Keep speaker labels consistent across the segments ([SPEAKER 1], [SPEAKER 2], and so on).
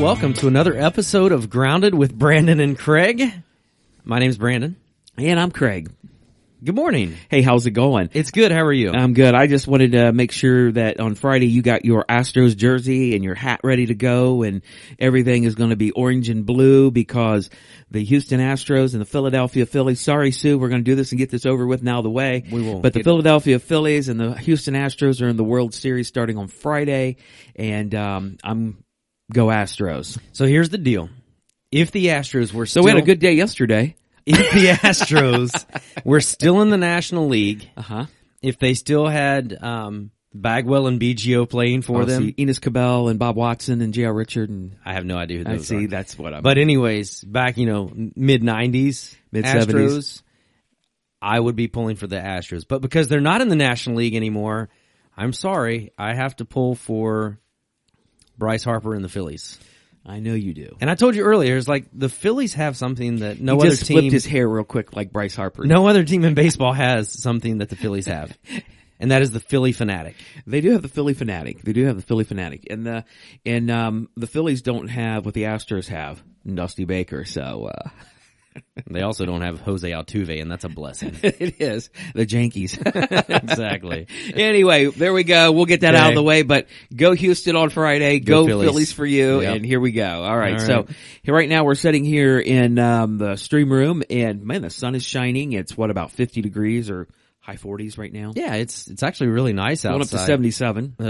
[SPEAKER 1] welcome to another episode of Grounded with Brandon and Craig. My name's Brandon.
[SPEAKER 2] And I'm Craig.
[SPEAKER 1] Good morning.
[SPEAKER 2] Hey, how's it going?
[SPEAKER 1] It's good. How are you?
[SPEAKER 2] I'm good. I just wanted to make sure that on Friday you got your Astros jersey and your hat ready to go and everything is going to be orange and blue because the Houston Astros and the Philadelphia Phillies, sorry Sue, we're going to do this and get this over with now the way.
[SPEAKER 1] We won't.
[SPEAKER 2] But the
[SPEAKER 1] It-
[SPEAKER 2] Philadelphia Phillies and the Houston Astros are in the World Series starting on Friday and, um, I'm go Astros.
[SPEAKER 1] so here's the deal. If the Astros were
[SPEAKER 2] So
[SPEAKER 1] still
[SPEAKER 2] we had a good day yesterday.
[SPEAKER 1] if the Astros were still in the National League,
[SPEAKER 2] Uh huh.
[SPEAKER 1] if they still had um, Bagwell and BGO playing for them,
[SPEAKER 2] Enos Cabell and Bob Watson and J.R. Richard and
[SPEAKER 1] I have no idea who
[SPEAKER 2] I
[SPEAKER 1] those
[SPEAKER 2] see.
[SPEAKER 1] are.
[SPEAKER 2] That's what I'm.
[SPEAKER 1] But anyways, back you know mid nineties,
[SPEAKER 2] Mid-seventies.
[SPEAKER 1] Astros, I would be pulling for the Astros, but because they're not in the National League anymore, I'm sorry, I have to pull for Bryce Harper and the Phillies.
[SPEAKER 2] I know you do.
[SPEAKER 1] And I told you earlier, it's like the Phillies have something that no
[SPEAKER 2] he
[SPEAKER 1] other
[SPEAKER 2] just flipped
[SPEAKER 1] team,
[SPEAKER 2] his hair real quick, like Bryce Harper.
[SPEAKER 1] no other team in baseball has something that the Phillies have, and that is the Philly fanatic.
[SPEAKER 2] they do have the Philly fanatic. They do have the Philly fanatic, and the and um the Phillies don't have what the Astros have, Dusty Baker. So uh
[SPEAKER 1] They also don't have Jose Altuve, and that's a blessing.
[SPEAKER 2] it is the Yankees.
[SPEAKER 1] exactly.
[SPEAKER 2] anyway, there we go. We'll get that
[SPEAKER 1] Okay.
[SPEAKER 2] out of the way. But go Houston on Friday.
[SPEAKER 1] Go
[SPEAKER 2] Go,
[SPEAKER 1] Phillies.
[SPEAKER 2] Phillies. for you.
[SPEAKER 1] Yep.
[SPEAKER 2] And here we go. All right.
[SPEAKER 1] All
[SPEAKER 2] So
[SPEAKER 1] right.
[SPEAKER 2] here right now we're sitting here in um, the stream room, and man, the sun is shining. It's what about fifty degrees or high forties right now?
[SPEAKER 1] Yeah, it's it's actually really nice
[SPEAKER 2] Going
[SPEAKER 1] outside.
[SPEAKER 2] up to seventy-seven.
[SPEAKER 1] Ugh.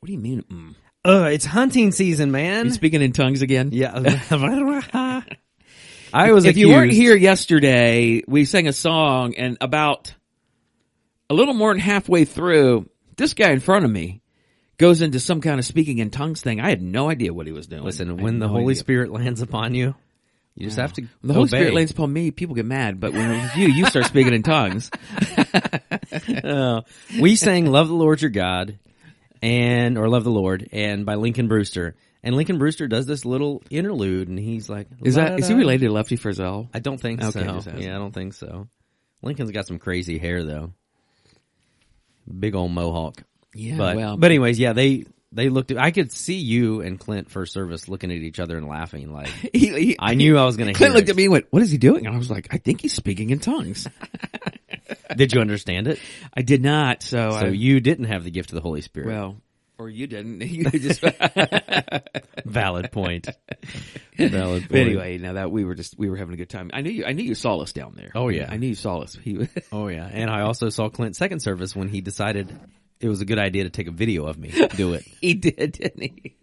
[SPEAKER 2] What do you mean? Mm.
[SPEAKER 1] Ugh, it's hunting season, man.
[SPEAKER 2] You speaking in tongues again?
[SPEAKER 1] Yeah. I was
[SPEAKER 2] if
[SPEAKER 1] accused.
[SPEAKER 2] you weren't here yesterday, we sang a song and about a little more than halfway through, this guy in front of me goes into some kind of speaking in tongues thing. I had no idea what he was doing. I
[SPEAKER 1] Listen,
[SPEAKER 2] had
[SPEAKER 1] when the
[SPEAKER 2] no
[SPEAKER 1] Holy
[SPEAKER 2] idea.
[SPEAKER 1] Spirit lands upon you, you just have to
[SPEAKER 2] When the Holy
[SPEAKER 1] obey.
[SPEAKER 2] Spirit lands upon me, people get mad, but when it's you, you start speaking in tongues.
[SPEAKER 1] Oh. we sang "Love the Lord Your God" and or "Love the Lord" and by Lincoln Brewster. And Lincoln Brewster does this little interlude, and he's like,
[SPEAKER 2] Is that is he
[SPEAKER 1] "La-da-da."
[SPEAKER 2] related to Lefty Frizzell?
[SPEAKER 1] I don't think
[SPEAKER 2] Okay, just
[SPEAKER 1] so.
[SPEAKER 2] asking.
[SPEAKER 1] Yeah, I don't think so. Lincoln's got some crazy hair though. Big old mohawk.
[SPEAKER 2] Yeah,
[SPEAKER 1] but
[SPEAKER 2] well-
[SPEAKER 1] but anyways, yeah, they they looked. At, I could see you and Clint first service looking at each other and laughing. Like
[SPEAKER 2] He, he,
[SPEAKER 1] I knew I was going to.
[SPEAKER 2] Clint
[SPEAKER 1] hear
[SPEAKER 2] looked at me and went, "What is he doing?" And I was like, "I think he's speaking in tongues."
[SPEAKER 1] me. Did you understand it?
[SPEAKER 2] I did not, so,
[SPEAKER 1] So
[SPEAKER 2] I,
[SPEAKER 1] you didn't have the gift of the Holy Spirit.
[SPEAKER 2] well, or you didn't. You just
[SPEAKER 1] valid point. valid
[SPEAKER 2] But
[SPEAKER 1] point.
[SPEAKER 2] anyway, now that we were just we were having a good time. I knew you. I knew you saw us down there.
[SPEAKER 1] Oh, yeah.
[SPEAKER 2] I knew you saw us. He,
[SPEAKER 1] Oh yeah, and I also saw Clint second service when he decided it was a good idea to take a video of me do it.
[SPEAKER 2] he did, didn't he?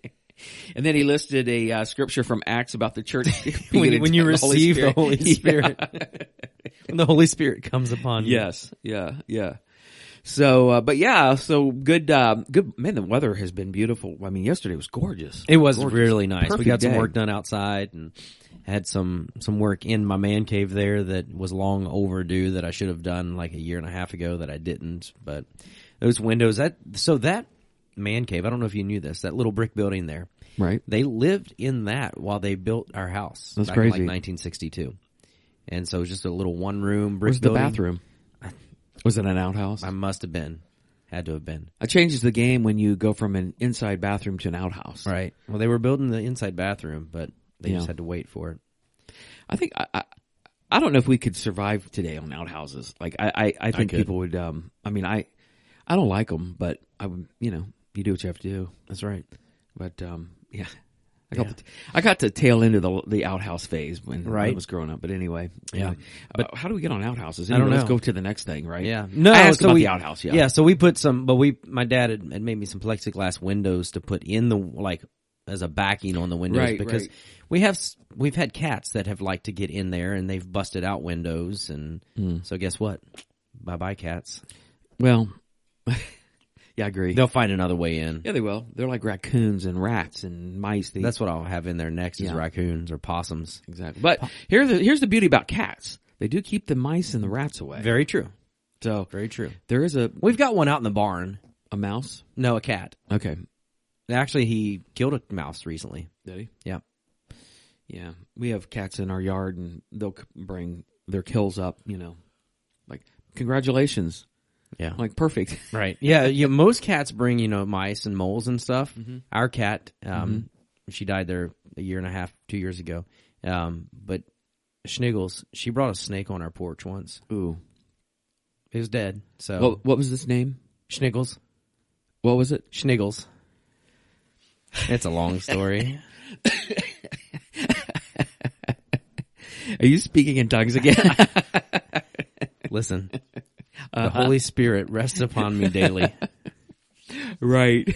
[SPEAKER 2] And then he listed a uh, scripture from Acts about the church being
[SPEAKER 1] when,
[SPEAKER 2] in
[SPEAKER 1] when you
[SPEAKER 2] the
[SPEAKER 1] receive the Holy
[SPEAKER 2] Yeah.
[SPEAKER 1] Spirit, when the Holy Spirit comes upon you.
[SPEAKER 2] Yes. Yeah. Yeah. So, uh, but yeah. So good. Uh, good. Man, the weather has been beautiful. I mean, yesterday was gorgeous.
[SPEAKER 1] It was
[SPEAKER 2] Gorgeous.
[SPEAKER 1] really nice. we
[SPEAKER 2] Perfect
[SPEAKER 1] got some
[SPEAKER 2] day.
[SPEAKER 1] work done outside and had some some work in my man cave there that was long overdue that I should have done like a year and a half ago that I didn't. But those windows that so that man cave, I don't know if you knew this, that little brick building there.
[SPEAKER 2] Right.
[SPEAKER 1] They lived in that while they built our house.
[SPEAKER 2] That's
[SPEAKER 1] back In like
[SPEAKER 2] crazy.
[SPEAKER 1] 1962. And so it was just a little one room brick
[SPEAKER 2] Where's the
[SPEAKER 1] building.
[SPEAKER 2] bathroom? Was it an outhouse?
[SPEAKER 1] I must have been. Had to have been.
[SPEAKER 2] it changes the game when you go from an inside bathroom to an outhouse.
[SPEAKER 1] Right. Well, they were building the inside bathroom, but they just
[SPEAKER 2] Yeah.
[SPEAKER 1] had to wait for it.
[SPEAKER 2] I think I, I, I don't know if we could survive today on outhouses. Like I, I, I think
[SPEAKER 1] could.
[SPEAKER 2] people would. Um, I mean, I, I don't like them, but I would. You know, you do what you have to do.
[SPEAKER 1] That's right.
[SPEAKER 2] But um, yeah, I got the I got the tail end of the the outhouse phase when, when I
[SPEAKER 1] Right.
[SPEAKER 2] was growing up. But anyway, Um,
[SPEAKER 1] Yeah.
[SPEAKER 2] But how do we get on outhouses?
[SPEAKER 1] don't
[SPEAKER 2] Anyway, Let's
[SPEAKER 1] know.
[SPEAKER 2] go to the next thing, right?
[SPEAKER 1] Yeah.
[SPEAKER 2] No, I asked
[SPEAKER 1] so
[SPEAKER 2] about
[SPEAKER 1] we-
[SPEAKER 2] the outhouse. Yeah.
[SPEAKER 1] Yeah. So we put some, but we, my dad had, had made me some plexiglass windows to put in the, like, as a backing on the windows
[SPEAKER 2] Right,
[SPEAKER 1] because
[SPEAKER 2] right.
[SPEAKER 1] we have, s- we've had cats that have liked to get in there and they've busted out windows. And
[SPEAKER 2] Hmm.
[SPEAKER 1] so guess what? Bye bye cats.
[SPEAKER 2] Well, yeah, I agree.
[SPEAKER 1] They'll find another way in.
[SPEAKER 2] yeah, they will. They're like raccoons and rats and mice. They,
[SPEAKER 1] That's what I'll have in there next is
[SPEAKER 2] Yeah.
[SPEAKER 1] raccoons or possums.
[SPEAKER 2] exactly. But here, the, here's the beauty about cats. They do keep the mice and the rats away.
[SPEAKER 1] Very true.
[SPEAKER 2] So
[SPEAKER 1] Very true.
[SPEAKER 2] there is a
[SPEAKER 1] We've got one out in the barn.
[SPEAKER 2] a mouse.
[SPEAKER 1] No, a cat.
[SPEAKER 2] Okay.
[SPEAKER 1] Actually, he killed a mouse recently.
[SPEAKER 2] Did he?
[SPEAKER 1] Yeah.
[SPEAKER 2] Yeah. We have cats in our yard, and they'll c- bring their kills up. You know, like congratulations.
[SPEAKER 1] Yeah.
[SPEAKER 2] Like perfect. Mm-hmm.
[SPEAKER 1] Right. Yeah. Yeah. Most cats bring you know mice and moles and stuff. Our cat um, she died there a year and a half, two years ago. Um, but Schniggles, she brought a snake on our porch once.
[SPEAKER 2] Ooh.
[SPEAKER 1] It was dead. So
[SPEAKER 2] What, what was this name?
[SPEAKER 1] Schniggles,
[SPEAKER 2] What was it?
[SPEAKER 1] Schniggles. It's a long story.
[SPEAKER 2] Are you speaking in tongues again?
[SPEAKER 1] Listen,
[SPEAKER 2] Uh-huh.
[SPEAKER 1] the Holy Spirit rests upon me daily.
[SPEAKER 2] right.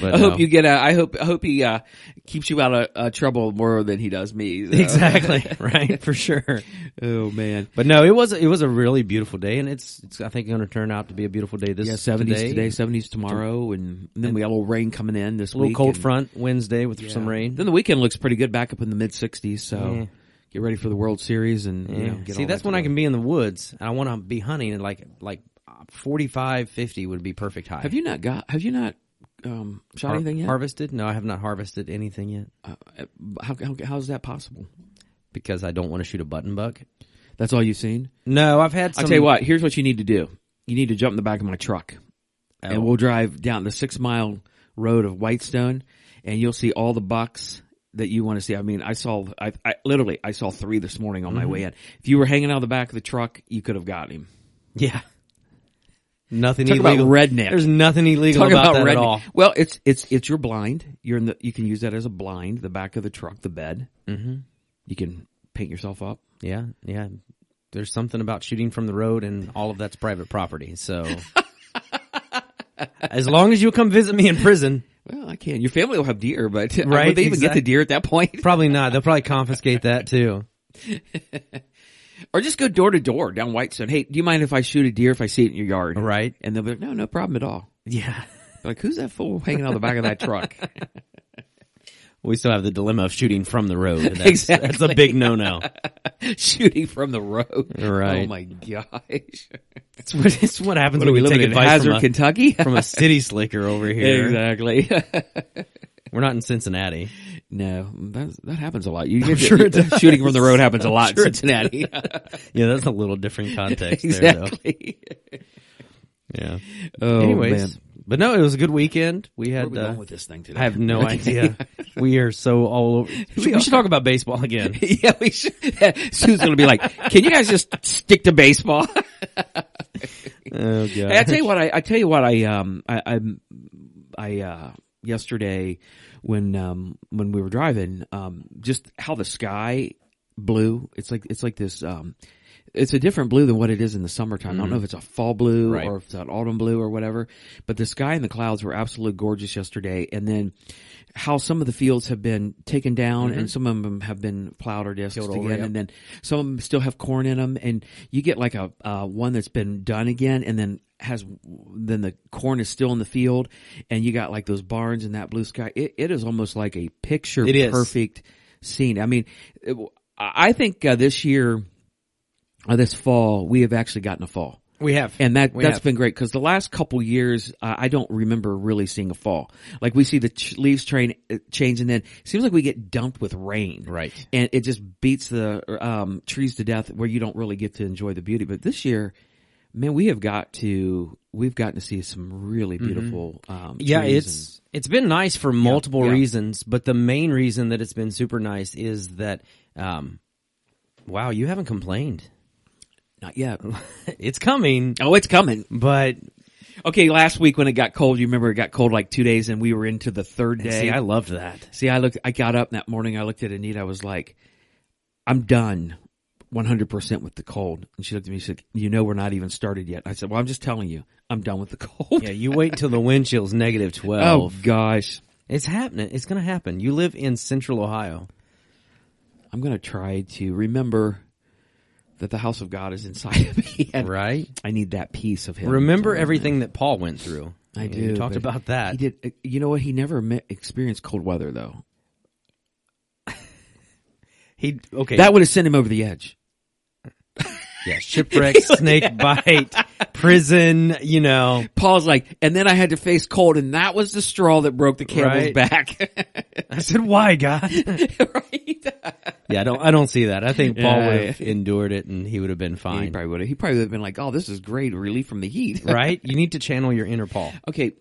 [SPEAKER 1] But um,
[SPEAKER 2] I
[SPEAKER 1] no.
[SPEAKER 2] hope you get a. I hope. I hope he uh, keeps you out of uh, trouble more than he does me. so.
[SPEAKER 1] exactly right for sure.
[SPEAKER 2] Oh man.
[SPEAKER 1] But no, it was it was a really beautiful day, and it's, it's I think going to turn out to be a beautiful day. This
[SPEAKER 2] Yeah, seventies
[SPEAKER 1] today.
[SPEAKER 2] today, seventies tomorrow, and then we got a little rain coming in this
[SPEAKER 1] a little
[SPEAKER 2] week.
[SPEAKER 1] cold
[SPEAKER 2] and-
[SPEAKER 1] front Wednesday with some rain.
[SPEAKER 2] Then the weekend looks pretty good, back up in the mid sixties. So
[SPEAKER 1] Yeah.
[SPEAKER 2] get ready for the World Series and you
[SPEAKER 1] Yeah.
[SPEAKER 2] know, get
[SPEAKER 1] See,
[SPEAKER 2] all
[SPEAKER 1] that's
[SPEAKER 2] that
[SPEAKER 1] when I
[SPEAKER 2] together.
[SPEAKER 1] can be in the woods. and I want to be hunting, and like like uh, 45, 50 would be perfect high.
[SPEAKER 2] Have you not got? Have you not um, shot
[SPEAKER 1] Har-
[SPEAKER 2] anything yet?
[SPEAKER 1] harvested? No, I have not harvested anything yet
[SPEAKER 2] Uh, how, how how is that possible?
[SPEAKER 1] because I don't want to shoot a button buck.
[SPEAKER 2] That's all you've seen.
[SPEAKER 1] No, I've had. Some,
[SPEAKER 2] I'll tell you what. Here's what you need to do. You need to jump in the back of my truck,
[SPEAKER 1] Oh.
[SPEAKER 2] and we'll drive down the six mile road of Whitestone, and you'll see all the bucks that you want to see. I mean, I saw, I, I literally, I saw three this morning on my way in. If you were hanging out the back of the truck, you could have gotten him.
[SPEAKER 1] Yeah, nothing
[SPEAKER 2] Talk about
[SPEAKER 1] illegal.
[SPEAKER 2] redneck.
[SPEAKER 1] There's nothing illegal
[SPEAKER 2] Talk
[SPEAKER 1] about,
[SPEAKER 2] about,
[SPEAKER 1] that
[SPEAKER 2] redneck.
[SPEAKER 1] at all.
[SPEAKER 2] Well, it's it's it's your blind. You're in the. You can use that as a blind. The back of the truck, the bed. Mm-hmm. You can paint yourself up.
[SPEAKER 1] Yeah, yeah. There's something about shooting from the road, and all of that's private property. So, as long as you come visit me in prison,
[SPEAKER 2] Well, I can. Your family will have deer, but
[SPEAKER 1] Right,
[SPEAKER 2] would they even get
[SPEAKER 1] exact-
[SPEAKER 2] the deer at that point?
[SPEAKER 1] probably not. They'll probably confiscate that too.
[SPEAKER 2] Or just go door to door down Whitestone. Hey, do you mind if I shoot a deer if I see it in your yard?
[SPEAKER 1] Right?
[SPEAKER 2] And they'll be like, no, no problem at all.
[SPEAKER 1] Yeah.
[SPEAKER 2] Like, who's that fool hanging out the back of that truck?
[SPEAKER 1] We still have the dilemma of shooting from the road. That's,
[SPEAKER 2] Exactly.
[SPEAKER 1] That's a big no-no.
[SPEAKER 2] Shooting from the road.
[SPEAKER 1] Right.
[SPEAKER 2] Oh my gosh.
[SPEAKER 1] It's what, it's what happens when we
[SPEAKER 2] living
[SPEAKER 1] take
[SPEAKER 2] in
[SPEAKER 1] advice
[SPEAKER 2] Hazard,
[SPEAKER 1] from a,
[SPEAKER 2] Kentucky?
[SPEAKER 1] from a city slicker over here.
[SPEAKER 2] exactly.
[SPEAKER 1] We're not in Cincinnati.
[SPEAKER 2] no, that, that happens a lot. You get-
[SPEAKER 1] sure it does.
[SPEAKER 2] Shooting from the road happens a lot in
[SPEAKER 1] sure it
[SPEAKER 2] Cincinnati.
[SPEAKER 1] Yeah, that's a little different context
[SPEAKER 2] exactly.
[SPEAKER 1] there, though. Yeah.
[SPEAKER 2] Oh, man.
[SPEAKER 1] Anyways, but no, it was a good weekend. We
[SPEAKER 2] Where
[SPEAKER 1] had.
[SPEAKER 2] are we
[SPEAKER 1] uh,
[SPEAKER 2] going with this thing today?
[SPEAKER 1] I have no idea. We are so all over. We,
[SPEAKER 2] are.
[SPEAKER 1] should talk about baseball again.
[SPEAKER 2] yeah, we should. Sue's going to be like, can you guys just stick to baseball?
[SPEAKER 1] Oh god!
[SPEAKER 2] Hey, I tell you what, I, I tell you what, I um, I, I, I uh, yesterday when um when we were driving, um, just how the sky blue. It's like it's like this um. It's a different blue than what it is in the summertime. I don't know if it's a fall blue
[SPEAKER 1] Right.
[SPEAKER 2] or if it's an autumn blue or whatever, but the sky and the clouds were absolutely gorgeous yesterday. And then how some of the fields have been taken down and some of them have been plowed or disked
[SPEAKER 1] Killed
[SPEAKER 2] again.
[SPEAKER 1] over, yep.
[SPEAKER 2] And then some of them still have corn in them and you get like a, uh, one that's been done again and then has, then the corn is still in the field and you got like those barns and that blue sky. It, it is almost like a picture
[SPEAKER 1] It is.
[SPEAKER 2] perfect scene. I mean, it, I think uh, this year, uh, this fall, we have actually gotten a fall.
[SPEAKER 1] we have,
[SPEAKER 2] And that
[SPEAKER 1] We
[SPEAKER 2] that's
[SPEAKER 1] have.
[SPEAKER 2] been great because the last couple years uh, I don't remember really seeing a fall. Like we see the ch- leaves train uh, change, and then it seems like we get dumped with rain,
[SPEAKER 1] Right.
[SPEAKER 2] And it just beats the um, trees to death, where you don't really get to enjoy the beauty. But this year, man, we have got to we've gotten to see some really beautiful. Um,
[SPEAKER 1] Mm-hmm. yeah,
[SPEAKER 2] trees
[SPEAKER 1] it's it's been nice for multiple
[SPEAKER 2] yeah.
[SPEAKER 1] reasons, but the main reason that it's been super nice is that, um, wow, you haven't complained.
[SPEAKER 2] and- not yet.
[SPEAKER 1] It's coming,
[SPEAKER 2] oh, it's coming.
[SPEAKER 1] but
[SPEAKER 2] Okay, last week when it got cold, you remember it got cold like two days, and we were into the third day.
[SPEAKER 1] see, I loved that.
[SPEAKER 2] See, I looked, I got up that morning. I looked at Anita. I was like, I'm done 100% with the cold. And she looked at me, she said, you know, we're not even started yet. I said, well, I'm just telling you, I'm done with the cold.
[SPEAKER 1] Yeah, you wait until the wind chill's negative
[SPEAKER 2] oh
[SPEAKER 1] twelve.
[SPEAKER 2] gosh.
[SPEAKER 1] It's happening. It's gonna happen. You live in Central Ohio.
[SPEAKER 2] I'm going to try to remember that the house of God is inside of me. And
[SPEAKER 1] Right.
[SPEAKER 2] I need that piece of him.
[SPEAKER 1] Remember everything that Paul went through.
[SPEAKER 2] I do.
[SPEAKER 1] You talked
[SPEAKER 2] but
[SPEAKER 1] about that.
[SPEAKER 2] He did. uh, You know what? He never me- experienced cold weather though.
[SPEAKER 1] He okay.
[SPEAKER 2] That would have sent him over the edge.
[SPEAKER 1] yeah, shipwreck, snake bite, prison. You know,
[SPEAKER 2] Paul's like, and then I had to face cold and that was the straw that broke the camel's
[SPEAKER 1] Right.
[SPEAKER 2] back.
[SPEAKER 1] I said, "Why, God?"
[SPEAKER 2] right?
[SPEAKER 1] yeah, I don't. I don't see that. I think Paul
[SPEAKER 2] Yeah,
[SPEAKER 1] would have endured it, and he would have been
[SPEAKER 2] He
[SPEAKER 1] fine.
[SPEAKER 2] probably would have. He probably would have been like, "Oh, this is great relief from the heat."
[SPEAKER 1] right? You need to channel your inner Paul.
[SPEAKER 2] okay.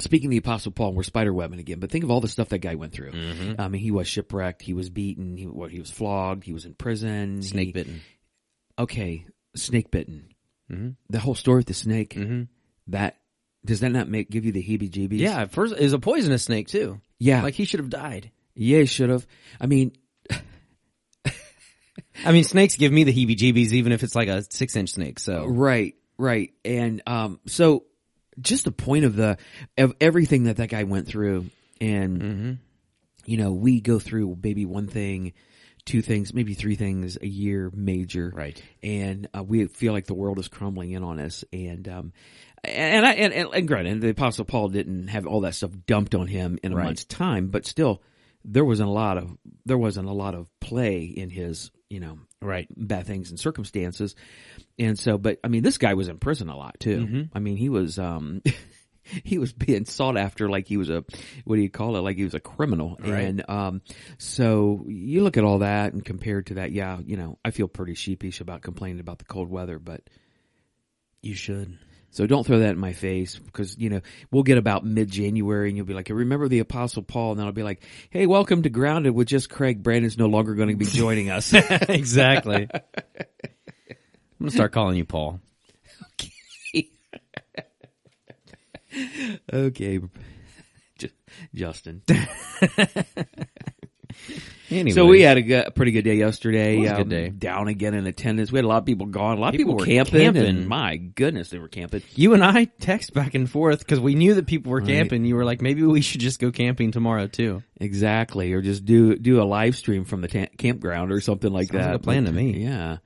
[SPEAKER 2] speaking of the apostle paul we're spiderwebbing again but think of all the stuff that guy went through
[SPEAKER 1] Mm-hmm.
[SPEAKER 2] i mean he was shipwrecked he was beaten he, well, he was flogged he was in prison
[SPEAKER 1] Snake
[SPEAKER 2] he-
[SPEAKER 1] bitten.
[SPEAKER 2] okay snake bitten
[SPEAKER 1] Mhm.
[SPEAKER 2] the whole story with the snake
[SPEAKER 1] Mhm.
[SPEAKER 2] that does that not make give you the heebie jeebies
[SPEAKER 1] Yeah, at first is a poisonous snake too.
[SPEAKER 2] yeah
[SPEAKER 1] Like he should have died.
[SPEAKER 2] yeah he should have i mean
[SPEAKER 1] I mean, snakes give me the heebie-jeebies, even if it's like a six-inch snake. So
[SPEAKER 2] right right and um so just the point of the of everything that that guy went through and
[SPEAKER 1] Mm-hmm.
[SPEAKER 2] you know we go through maybe one thing two things maybe three things a year major
[SPEAKER 1] right,
[SPEAKER 2] and uh, we feel like the world is crumbling in on us. And um, and I and, and, and granted, the Apostle Paul didn't have all that stuff dumped on him in a
[SPEAKER 1] Right.
[SPEAKER 2] month's time, but still, there wasn't a lot of there wasn't a lot of play in his you know
[SPEAKER 1] right.
[SPEAKER 2] bad things and circumstances. And so, but I mean, this guy was in prison a lot too.
[SPEAKER 1] Mm-hmm.
[SPEAKER 2] I mean, he was, um, he was being sought after like he was a, what do you call it? Like he was a criminal.
[SPEAKER 1] Right.
[SPEAKER 2] And, um, so you look at all that and compared to that, yeah, you know, I feel pretty sheepish about complaining about the cold weather, but
[SPEAKER 1] You should.
[SPEAKER 2] so don't throw that in my face because, you know, we'll get about mid-January and you'll be like, I remember the Apostle Paul. And then I'll be like, Hey, welcome to Grounded with just Craig. Brandon's no longer going to be joining us.
[SPEAKER 1] exactly. I'm gonna start calling you Paul.
[SPEAKER 2] okay. Ju- Justin.
[SPEAKER 1] Anyway,
[SPEAKER 2] So we had a, go- a pretty good day yesterday. Um,
[SPEAKER 1] It was a good day.
[SPEAKER 2] Down again in attendance. We had a lot of people gone. A lot of
[SPEAKER 1] People
[SPEAKER 2] people,
[SPEAKER 1] were
[SPEAKER 2] camping.
[SPEAKER 1] camping.
[SPEAKER 2] and my goodness, they were camping.
[SPEAKER 1] you and I text back and forth because we knew that people were camping. You were like, maybe we should just go camping tomorrow too.
[SPEAKER 2] Exactly, or just do do a live stream from the ta- campground or something like
[SPEAKER 1] Sounds
[SPEAKER 2] that.
[SPEAKER 1] like a plan to me.
[SPEAKER 2] Yeah,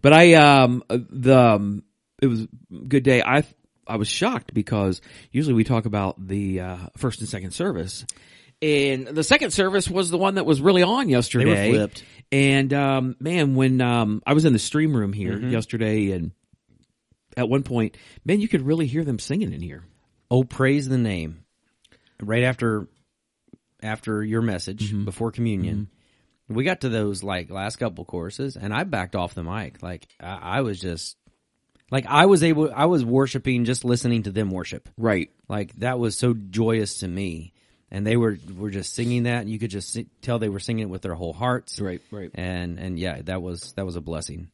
[SPEAKER 2] but I um the um, it was a good day. I I was shocked because usually we talk about the uh, first and second service, and the second service was the one that was really on yesterday.
[SPEAKER 1] flipped.
[SPEAKER 2] And um, man, when um, I was in the stream room here
[SPEAKER 1] Mm-hmm.
[SPEAKER 2] yesterday, and at one point, man, you could really hear them singing in here.
[SPEAKER 1] Oh, praise the name! Right after, after your message before communion, we got to those like last couple courses, and I backed off the mic. Like I, I was just, like I was able, I was worshiping just listening to them worship.
[SPEAKER 2] Right.
[SPEAKER 1] Like that was so joyous to me, and they were were just singing that, and you could just si- tell they were singing it with their whole hearts.
[SPEAKER 2] Right, right.
[SPEAKER 1] And and yeah, that was that was a blessing.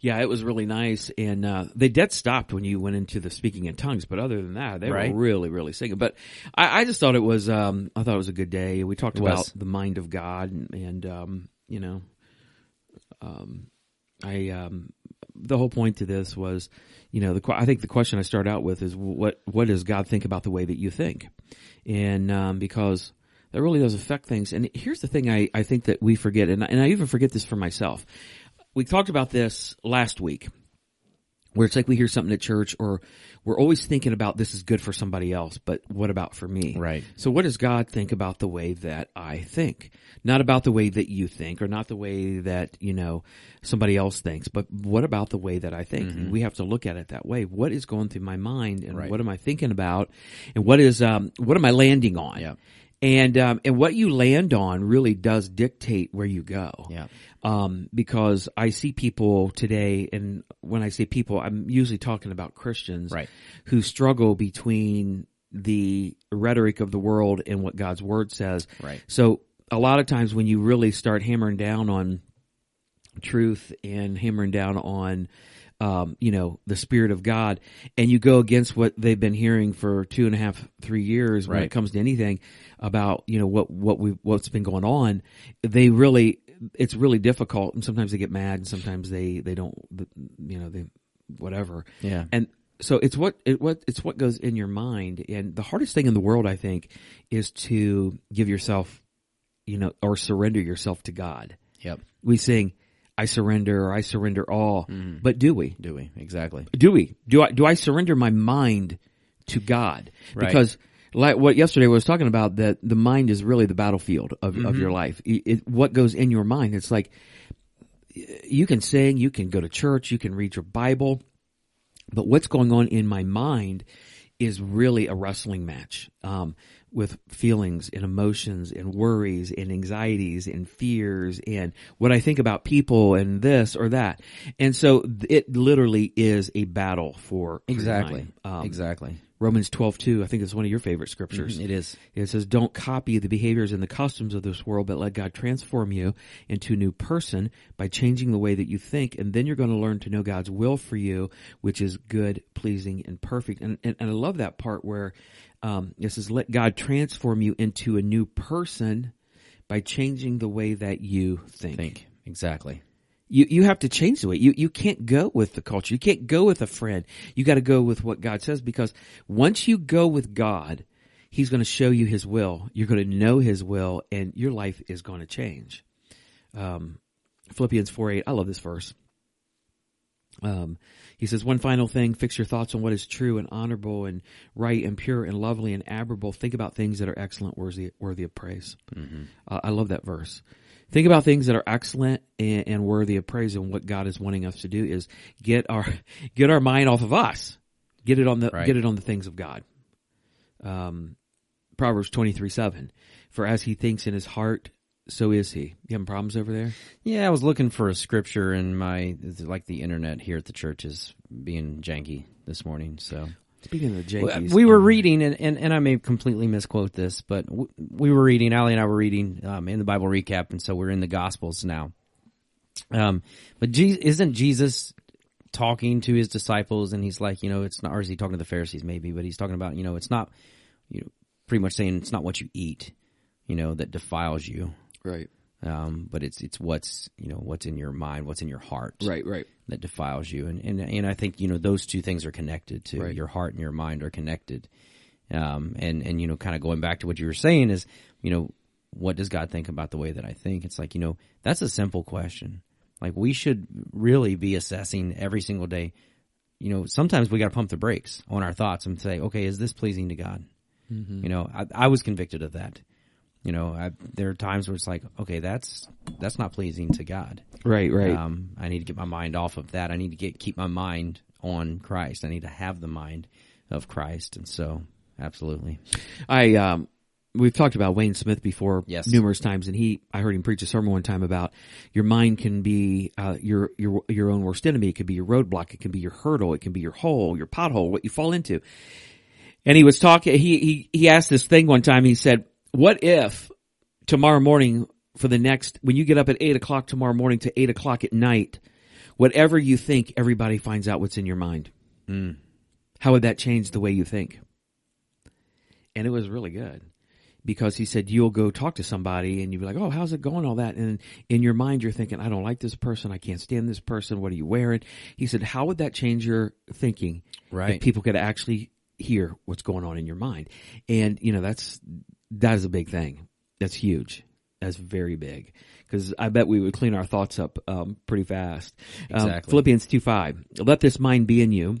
[SPEAKER 2] Yeah, it was really nice, and uh, they dead stopped when you went into the speaking in tongues. But other than that, they
[SPEAKER 1] Right.
[SPEAKER 2] were really, really singing. But I, I just thought it was, um, I thought it was a good day. We talked
[SPEAKER 1] It
[SPEAKER 2] about
[SPEAKER 1] was.
[SPEAKER 2] the mind of God, and, and um, you know, um, I um, the whole point to this was, you know, the que- I think the question I start out with is what what does God think about the way that you think, and um, because that really does affect things. And here's the thing I, I think that we forget, and I, and I even forget this for myself. We talked about this last week, where it's like we hear something at church, or we're always thinking about this is good for somebody else, but what about for me?
[SPEAKER 1] Right.
[SPEAKER 2] So what does God think about the way that I think? Not about the way that you think or not the way that, you know, somebody else thinks, but what about the way that I think? We have to look at it that way. What is going through my mind and
[SPEAKER 1] Mm-hmm. Right.
[SPEAKER 2] what am I thinking about and what is, um, what am I landing on?
[SPEAKER 1] Yeah.
[SPEAKER 2] And, um, and what you land on really does dictate where you go
[SPEAKER 1] Yeah.
[SPEAKER 2] um, because I see people today, and when I say people, I'm usually talking about Christians,
[SPEAKER 1] Right.
[SPEAKER 2] Who struggle between the rhetoric of the world and what God's Word says,
[SPEAKER 1] Right.
[SPEAKER 2] So a lot of times when you really start hammering down on truth and hammering down on um, you know the spirit of God, and you go against what they've been hearing for two and a half, three years when it
[SPEAKER 1] Right.
[SPEAKER 2] comes to anything about you know what what we what's been going on. They really, it's really difficult, and sometimes they get mad, and sometimes they they don't, you know, they whatever.
[SPEAKER 1] Yeah.
[SPEAKER 2] And so it's what it what it's what goes in your mind, and the hardest thing in the world, I think, is to give yourself, you know, or surrender yourself to God.
[SPEAKER 1] Yep.
[SPEAKER 2] We sing, "I surrender" or "I surrender all," but do we?
[SPEAKER 1] Do we exactly?
[SPEAKER 2] do we do I do I surrender my mind to God
[SPEAKER 1] Right.
[SPEAKER 2] because like what yesterday was talking about that the mind is really the battlefield of, of your life It- it- what goes in your mind it's like y- you can sing you can go to church you can read your Bible but what's going on in my mind is really a wrestling match um, with feelings and emotions and worries and anxieties and fears and what I think about people and this or that. And so th- it literally is a battle for
[SPEAKER 1] Exactly.
[SPEAKER 2] mankind. Um,
[SPEAKER 1] exactly.
[SPEAKER 2] Romans twelve two. I think it's one of your favorite scriptures.
[SPEAKER 1] It is.
[SPEAKER 2] It says, don't copy the behaviors and the customs of this world, but let God transform you into a new person by changing the way that you think. And then you're going to learn to know God's will for you, which is good, pleasing, and perfect. And, and, and I love that part where, um, it says, let God transform you into a new person by changing the way that you think.
[SPEAKER 1] Think. Exactly.
[SPEAKER 2] You, you have to change the way you, you can't go with the culture. You can't go with a friend. You got to go with what God says because once you go with God, He's going to show you His will. You're going to know His will and your life is going to change. Um, Philippians 4 8. I love this verse. Um, he says, one final thing, fix your thoughts on what is true and honorable and right and pure and lovely and admirable. Think about things that are excellent, worthy, worthy of praise. Uh, I love that verse. Think about things that are excellent and, and worthy of praise. And what God is wanting us to do is get our, get our mind off of us. Get it on the,
[SPEAKER 1] Right.
[SPEAKER 2] get it on the things of God. Um, Proverbs 23, 7. For as he thinks in his heart, so is he. You having problems over there?
[SPEAKER 1] Yeah, I was looking for a scripture in my like the internet here at the church is being janky this morning. So Um,
[SPEAKER 2] Speaking of the Yankees.
[SPEAKER 1] we were reading, and, and, and I may completely misquote this, but w- we were reading. Ali and I were reading um, in the Bible recap, and so we're in the Gospels now. Um, but Je- isn't Jesus talking to his disciples, and he's like, you know, it's not, or is he talking to the Pharisees maybe? But he's talking about, you know, it's not, you know, pretty much saying it's not what you eat, you know, that defiles you,
[SPEAKER 2] right,
[SPEAKER 1] um, but it's it's what's you know what's in your mind, what's in your heart,
[SPEAKER 2] right, right.
[SPEAKER 1] that defiles you. And, and, and I think, you know, those two things are connected to
[SPEAKER 2] Right.
[SPEAKER 1] your heart and your mind are connected. Um, and, and, you know, kind of going back to what you were saying is, you know, what does God think about the way that I think? It's like, you know, that's a simple question. Like we should really be assessing every single day. You know, sometimes we got to pump the brakes on our thoughts and say, okay, is this pleasing to God? You know, I, I was convicted of that. You know, I, there are times where it's like, okay, that's, that's not pleasing to God.
[SPEAKER 2] Right, right.
[SPEAKER 1] Um, I need to get my mind off of that. I need to get keep my mind on Christ. I need to have the mind of Christ, and so absolutely,
[SPEAKER 2] I um we've talked about Wayne Smith before
[SPEAKER 1] Yes.
[SPEAKER 2] numerous times and he I heard him preach a sermon one time about your mind can be uh your your your own worst enemy. It could be your roadblock, it can be your hurdle, it can be your hole, your pothole, what you fall into. And he was talking he he he asked this thing one time, he said, What if tomorrow morning for the next when you get up at eight o'clock tomorrow morning to eight o'clock at night, whatever you think, everybody finds out what's in your mind. How would that change the way you think? and it was really good because he said you'll go talk to somebody and you'll be like, "Oh, how's it going?" All that, and in your mind you're thinking, "I don't like this person. I can't stand this person. What are you wearing?" He said, "How would that change your thinking
[SPEAKER 1] Right.
[SPEAKER 2] if people could actually hear what's going on in your mind?" And you know that's that is a big thing. That's huge. That's very big because I bet we would clean our thoughts up um, pretty fast. Um,
[SPEAKER 1] Exactly.
[SPEAKER 2] Philippians two five. Let this mind be in you,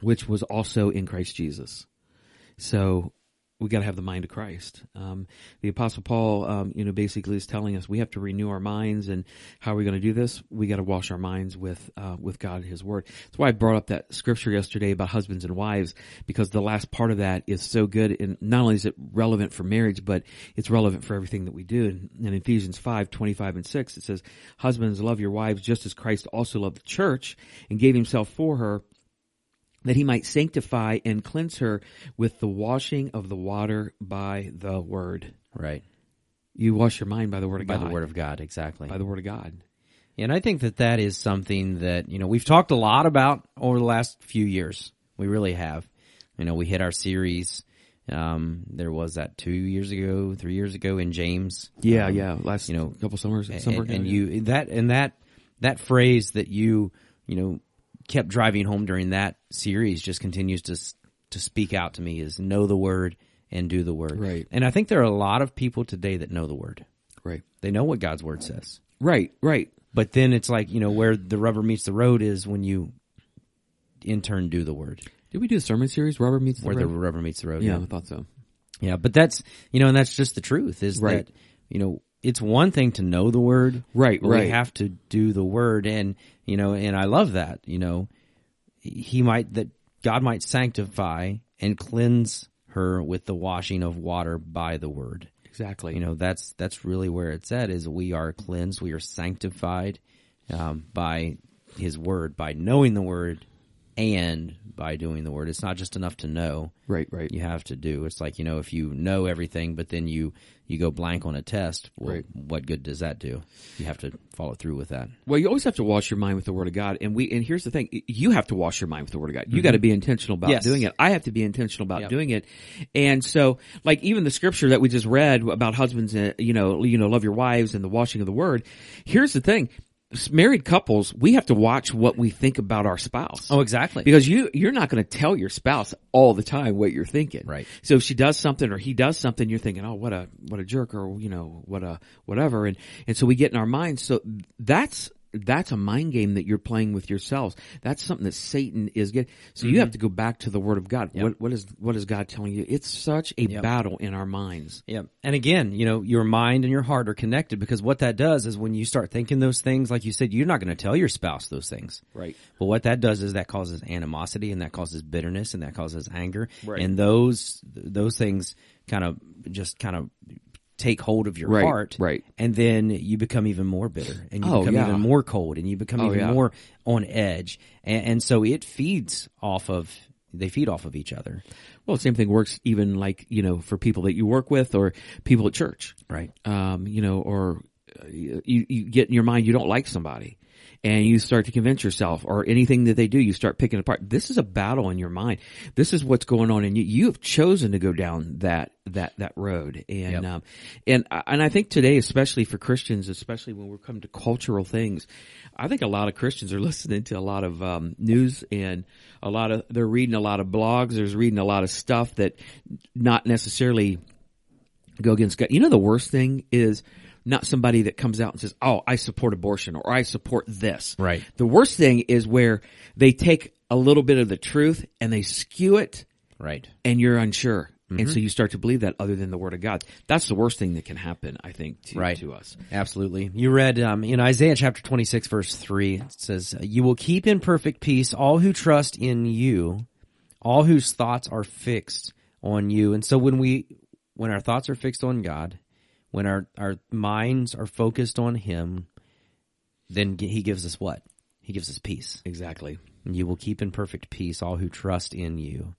[SPEAKER 2] which was also in Christ Jesus. So we got to have the mind of Christ. Um, the apostle Paul, um, you know, basically is telling us we have to renew our minds. And how are we going to do this? We got to wash our minds with, uh, with God and his word. That's why I brought up that scripture yesterday about husbands and wives, because the last part of that is so good. And not only is it relevant for marriage, but it's relevant for everything that we do. And in Ephesians 5, 25 and 6, it says, husbands love your wives just as Christ also loved the church and gave himself for her that he might sanctify and cleanse her with the washing of the water by the word.
[SPEAKER 1] right
[SPEAKER 2] You wash your mind by the word of
[SPEAKER 1] by
[SPEAKER 2] God.
[SPEAKER 1] the word of God, exactly.
[SPEAKER 2] By the word of God.
[SPEAKER 1] And I think that that is something that, you know, we've talked a lot about over the last few years. We really have. You know, we hit our series. Um, there was that two years ago, three years ago in James.
[SPEAKER 2] Yeah,
[SPEAKER 1] Um,
[SPEAKER 2] yeah. Last
[SPEAKER 1] you know,
[SPEAKER 2] couple summers, summer
[SPEAKER 1] and, and you that and that that phrase that you you know kept driving home during that series just continues to s- to speak out to me is know the word and do the word
[SPEAKER 2] Right.
[SPEAKER 1] and i think there are a lot of people today that know the word
[SPEAKER 2] right,
[SPEAKER 1] they know what god's word says
[SPEAKER 2] right, right,
[SPEAKER 1] but then it's like you know where the rubber meets the road is when you in turn do the word
[SPEAKER 2] Did we do a sermon series? Robert meets the
[SPEAKER 1] where the
[SPEAKER 2] Road?
[SPEAKER 1] rubber meets the road
[SPEAKER 2] Yeah, I thought so.
[SPEAKER 1] yeah but that's you know and that's just the truth is
[SPEAKER 2] Right.
[SPEAKER 1] that you know it's one thing to know the word
[SPEAKER 2] Right,
[SPEAKER 1] but
[SPEAKER 2] right.
[SPEAKER 1] we have to do the word and you know and i love that you know he might that god might sanctify and cleanse her with the washing of water by the word.
[SPEAKER 2] Exactly.
[SPEAKER 1] You know, that's that's really where it's at is we are cleansed, we are sanctified um, by his word, by knowing the word and by doing the word. It's not just enough to know.
[SPEAKER 2] Right, right.
[SPEAKER 1] You have to do. It's like, you know, if you know everything but then you you go blank on a test, well,
[SPEAKER 2] Right.
[SPEAKER 1] what good does that do? You have to follow through with that.
[SPEAKER 2] Well, you always have to wash your mind with the Word of God, and we and here's the thing: you have to wash your mind with the Word of God. You got to be intentional about
[SPEAKER 1] Yes.
[SPEAKER 2] doing it. I have to be intentional about
[SPEAKER 1] Yep.
[SPEAKER 2] doing it, and so like even the scripture that we just read about husbands, uh, you know, you know, love your wives and the washing of the Word. Here's the thing: S- married couples, we have to watch what we think about our spouse.
[SPEAKER 1] Oh, exactly.
[SPEAKER 2] Because you you're not going to tell your spouse all the time what you're thinking.
[SPEAKER 1] Right.
[SPEAKER 2] So if she does something or he does something, you're thinking, oh, what a what a jerk, or you know, what a whatever, and and so we get in our minds. So that's that's a mind game that you're playing with yourselves. That's something that Satan is getting. So you have to go back to the Word of God. What what is what is God telling you? It's such a battle in our minds.
[SPEAKER 1] Yeah. And again, you know, your mind and your heart are connected because what that does is when you start thinking those things, like you said, you're not going to tell your spouse those things.
[SPEAKER 2] Right.
[SPEAKER 1] But what that does is that causes animosity and that causes bitterness and that causes anger.
[SPEAKER 2] Right.
[SPEAKER 1] And those, those things kind of just kind of take hold of your
[SPEAKER 2] Right,
[SPEAKER 1] heart.
[SPEAKER 2] right.
[SPEAKER 1] And then you become even more bitter and you
[SPEAKER 2] Oh,
[SPEAKER 1] become
[SPEAKER 2] yeah. Oh,
[SPEAKER 1] even more cold and you become even
[SPEAKER 2] yeah.
[SPEAKER 1] more on edge. And, and so it feeds off of, they feed off of each other.
[SPEAKER 2] Well, same thing works even like you know for people that you work with or people at church.
[SPEAKER 1] Right.
[SPEAKER 2] um, you know, or uh, you, you get in your mind you don't like somebody and you start to convince yourself or anything that they do, you start picking apart. This is a battle in your mind. This is what's going on in you. You have chosen to go down that, that, that road. And,
[SPEAKER 1] Yep.
[SPEAKER 2] um, and, I- and I think today, especially for Christians, especially when we're coming to cultural things, I think a lot of Christians are listening to a lot of, um, news and a lot of, they're reading a lot of blogs. There's reading a lot of stuff that not necessarily go against God. You know, the worst thing is not somebody that comes out and says, "Oh, I support abortion" or "I support this."
[SPEAKER 1] Right.
[SPEAKER 2] The worst thing is where they take a little bit of the truth and they skew it,
[SPEAKER 1] Right.
[SPEAKER 2] and you're unsure,
[SPEAKER 1] Mm-hmm.
[SPEAKER 2] and so you start to believe that other than the Word of God. That's the worst thing that can happen, I think, to,
[SPEAKER 1] Right.
[SPEAKER 2] to us.
[SPEAKER 1] Absolutely. You read um, in Isaiah chapter 26 verse 3, it says, You will keep in perfect peace all who trust in you, all whose thoughts are fixed on you. And so when we, when our thoughts are fixed on God, when our, our minds are focused on Him, then g- He gives us what? He gives us peace.
[SPEAKER 2] Exactly.
[SPEAKER 1] And you will keep in perfect peace all who trust in you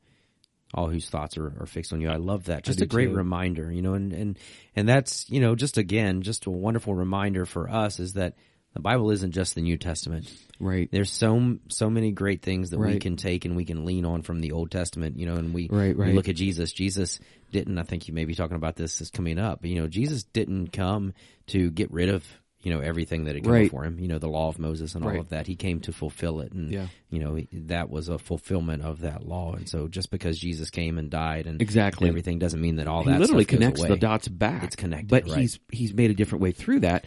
[SPEAKER 1] all whose thoughts are, are fixed on you i love that just
[SPEAKER 2] do
[SPEAKER 1] a great
[SPEAKER 2] too.
[SPEAKER 1] reminder you know and and and that's you know just again just a wonderful reminder for us is that the bible isn't just the new testament
[SPEAKER 2] Right.
[SPEAKER 1] there's so so many great things that we
[SPEAKER 2] Right.
[SPEAKER 1] can take and we can lean on from the Old Testament, you know. And we,
[SPEAKER 2] Right,
[SPEAKER 1] we
[SPEAKER 2] right.
[SPEAKER 1] look at Jesus. Jesus didn't. I think you may be talking about this is coming up. but, You know, Jesus didn't come to get rid of you know everything that had come
[SPEAKER 2] Right.
[SPEAKER 1] for him. You know, the law of Moses and all
[SPEAKER 2] Right.
[SPEAKER 1] of that. He came to fulfill it, and
[SPEAKER 2] Yeah.
[SPEAKER 1] you know he- that was a fulfillment of that law. And so, just because Jesus came and died and
[SPEAKER 2] Exactly.
[SPEAKER 1] everything doesn't mean that all
[SPEAKER 2] He
[SPEAKER 1] that
[SPEAKER 2] literally
[SPEAKER 1] stuff goes
[SPEAKER 2] connects the
[SPEAKER 1] away.
[SPEAKER 2] dots back.
[SPEAKER 1] It's connected,
[SPEAKER 2] but
[SPEAKER 1] right.
[SPEAKER 2] he's he's made a different way through that,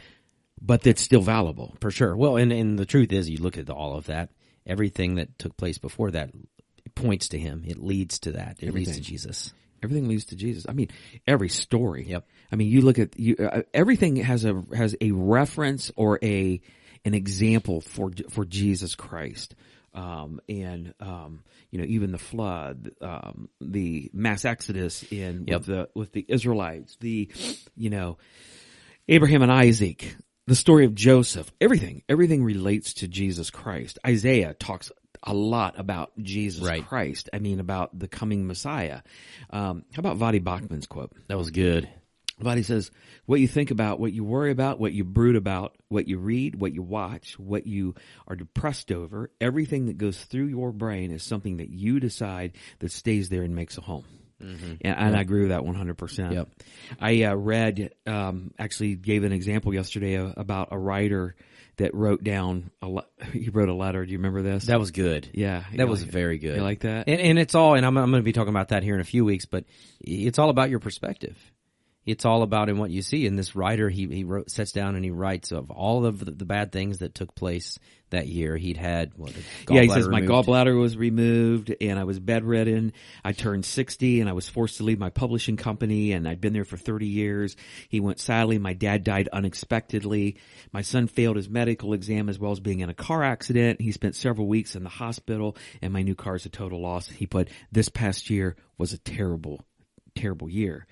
[SPEAKER 2] but that's still valuable.
[SPEAKER 1] for sure. Well, and and the truth is, you look at all of that, everything that took place before that points to him. It leads to that. It leads to Jesus.
[SPEAKER 2] Everything leads to Jesus. I mean, every story.
[SPEAKER 1] Yep.
[SPEAKER 2] I mean, you look at you. Uh, everything has a has a reference or a an example for for Jesus Christ. Um, and um, you know, even the flood, um, the mass exodus in
[SPEAKER 1] Yep.
[SPEAKER 2] with the with the Israelites, the you know, Abraham and Isaac, the story of Joseph, everything, everything relates to Jesus Christ. Isaiah talks a lot about Jesus
[SPEAKER 1] Right.
[SPEAKER 2] Christ. I mean, about the coming Messiah. Um, how about Vadi Bachman's quote?
[SPEAKER 1] That was good.
[SPEAKER 2] Vadi says, what you think about, what you worry about, what you brood about, what you read, what you watch, what you are depressed over, everything that goes through your brain is something that you decide that stays there and makes a home. And, and I agree with that 100%.
[SPEAKER 1] Mm-hmm. Yep.
[SPEAKER 2] I uh, read, um, actually gave an example yesterday uh, about a writer that wrote down, a le- he wrote a letter. Do you remember this?
[SPEAKER 1] That was good.
[SPEAKER 2] yeah.
[SPEAKER 1] That
[SPEAKER 2] you
[SPEAKER 1] was
[SPEAKER 2] like-
[SPEAKER 1] very good.
[SPEAKER 2] You like that?
[SPEAKER 1] And, and it's all, and I'm, I'm going to be talking about that here in a few weeks, but it's all about your perspective. It's all about in what you see. And this writer, he, he wrote, sets down and he writes of all of the, the bad things that took place that year. He'd had, what, the
[SPEAKER 2] yeah, he says
[SPEAKER 1] gallbladder
[SPEAKER 2] my
[SPEAKER 1] removed."
[SPEAKER 2] gallbladder was removed and I was bedridden. I turned 60 and I was forced to leave my publishing company and I'd been there for 30 years. He went sadly. My dad died unexpectedly. My son failed his medical exam as well as being in a car accident. He spent several weeks in the hospital and my new car is a total loss. He put this past year was a terrible terrible year.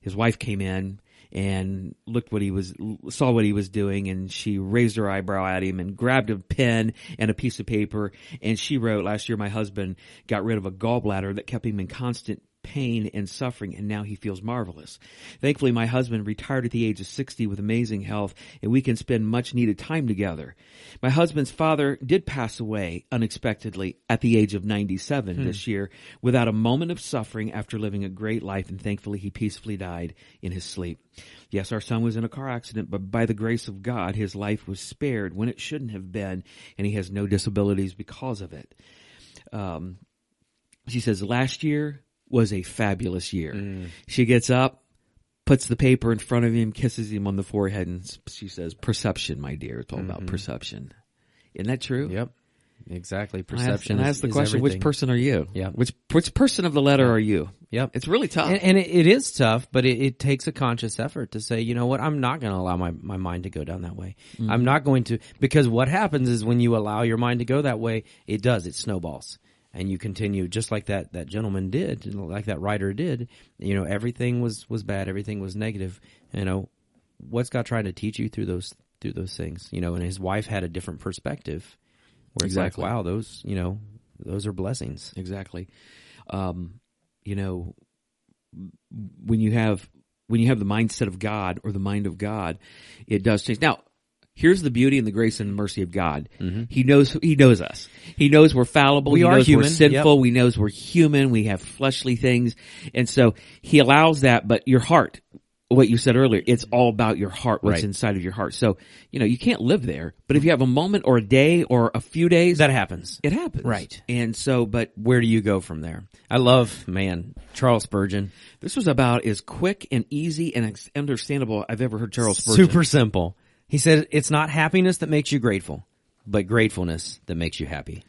[SPEAKER 2] His wife came in and looked what he was, saw what he was doing and she raised her eyebrow at him and grabbed a pen and a piece of paper and she wrote, last year my husband got rid of a gallbladder that kept him in constant pain and suffering and now he feels marvelous. Thankfully my husband retired at the age of 60 with amazing health and we can spend much needed time together. My husband's father did pass away unexpectedly at the age of 97 this year without a moment of suffering after living a great life and thankfully he peacefully died in his sleep. Yes, our son was in a car accident, but by the grace of God his life was spared when it shouldn't have been and he has no disabilities because of it. Um, she says last year was a fabulous year.
[SPEAKER 1] Mm.
[SPEAKER 2] She gets up, puts the paper in front of him, kisses him on the forehead, and s- she says, "Perception, my dear. It's all about perception." Isn't that true?
[SPEAKER 1] Mm-hmm. Yep. Exactly.
[SPEAKER 2] I asked-
[SPEAKER 1] Perception.
[SPEAKER 2] and I
[SPEAKER 1] is-
[SPEAKER 2] asked the
[SPEAKER 1] is
[SPEAKER 2] question,
[SPEAKER 1] everything.
[SPEAKER 2] "Which person are you?
[SPEAKER 1] Yeah.
[SPEAKER 2] Which which person of the letter are you?"
[SPEAKER 1] Yep.
[SPEAKER 2] It's really tough.
[SPEAKER 1] and, and it, it is tough, but it, it takes a conscious effort to say, you know what, I'm not going to allow my, my mind to go down that way.
[SPEAKER 2] Mm-hmm.
[SPEAKER 1] I'm not going to, because what happens is when you allow your mind to go that way, it does, it snowballs. And you continue just like that, that gentleman did, and like that writer did, you know, everything was, was bad, everything was negative, you know, what's God trying to teach you through those, through those things, you know, and his wife had a different perspective where it's
[SPEAKER 2] Exactly.
[SPEAKER 1] like, wow, those, you know, those are blessings.
[SPEAKER 2] exactly. Um, you know, when you have when you have the mindset of God or the mind of God, it does change. Now, here's the beauty and the grace and mercy of God. He knows he knows us. He knows we're fallible.
[SPEAKER 1] Mm-hmm. We
[SPEAKER 2] he
[SPEAKER 1] are
[SPEAKER 2] knows
[SPEAKER 1] human,
[SPEAKER 2] We're sinful. We knows we're human. We have fleshly things, and so He allows that. But your heart, what you said earlier, it's all about your heart. What's
[SPEAKER 1] Right.
[SPEAKER 2] inside of your heart. So you know you can't live there. But if you have a moment or a day or a few days,
[SPEAKER 1] That happens.
[SPEAKER 2] it happens.
[SPEAKER 1] Right.
[SPEAKER 2] And so, but
[SPEAKER 1] where do you go from there? I love, man, Charles Spurgeon.
[SPEAKER 2] This was about as quick and easy and ex- understandable I've ever heard Charles Spurgeon.
[SPEAKER 1] Super simple. He said, it's not happiness that makes you grateful, but gratefulness that makes you happy.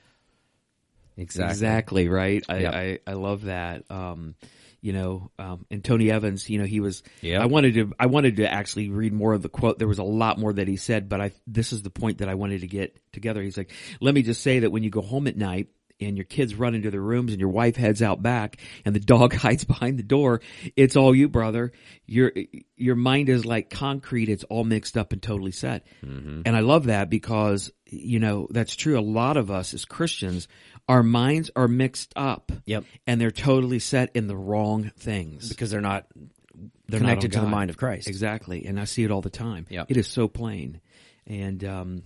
[SPEAKER 1] Exactly.
[SPEAKER 2] Exactly right. I,
[SPEAKER 1] Yep.
[SPEAKER 2] I, I love that. Um, you know, um, and Tony Evans. You know, he was.
[SPEAKER 1] Yep.
[SPEAKER 2] I wanted to. I wanted to actually read more of the quote. There was a lot more that he said, but I. This is the point that I wanted to get together. He's like, let me just say that when you go home at night and your kids run into their rooms and your wife heads out back and the dog hides behind the door, it's all you, brother. Your your mind is like concrete. It's all mixed up and totally set. And I love that because you know that's true. A lot of us as Christians, our minds are mixed up.
[SPEAKER 1] Yep.
[SPEAKER 2] And they're totally set in the wrong things.
[SPEAKER 1] Because they're not
[SPEAKER 2] They're not
[SPEAKER 1] connected
[SPEAKER 2] of
[SPEAKER 1] to the
[SPEAKER 2] God.
[SPEAKER 1] mind of Christ.
[SPEAKER 2] Exactly. And I see it all the time.
[SPEAKER 1] Yep.
[SPEAKER 2] It is so plain. And um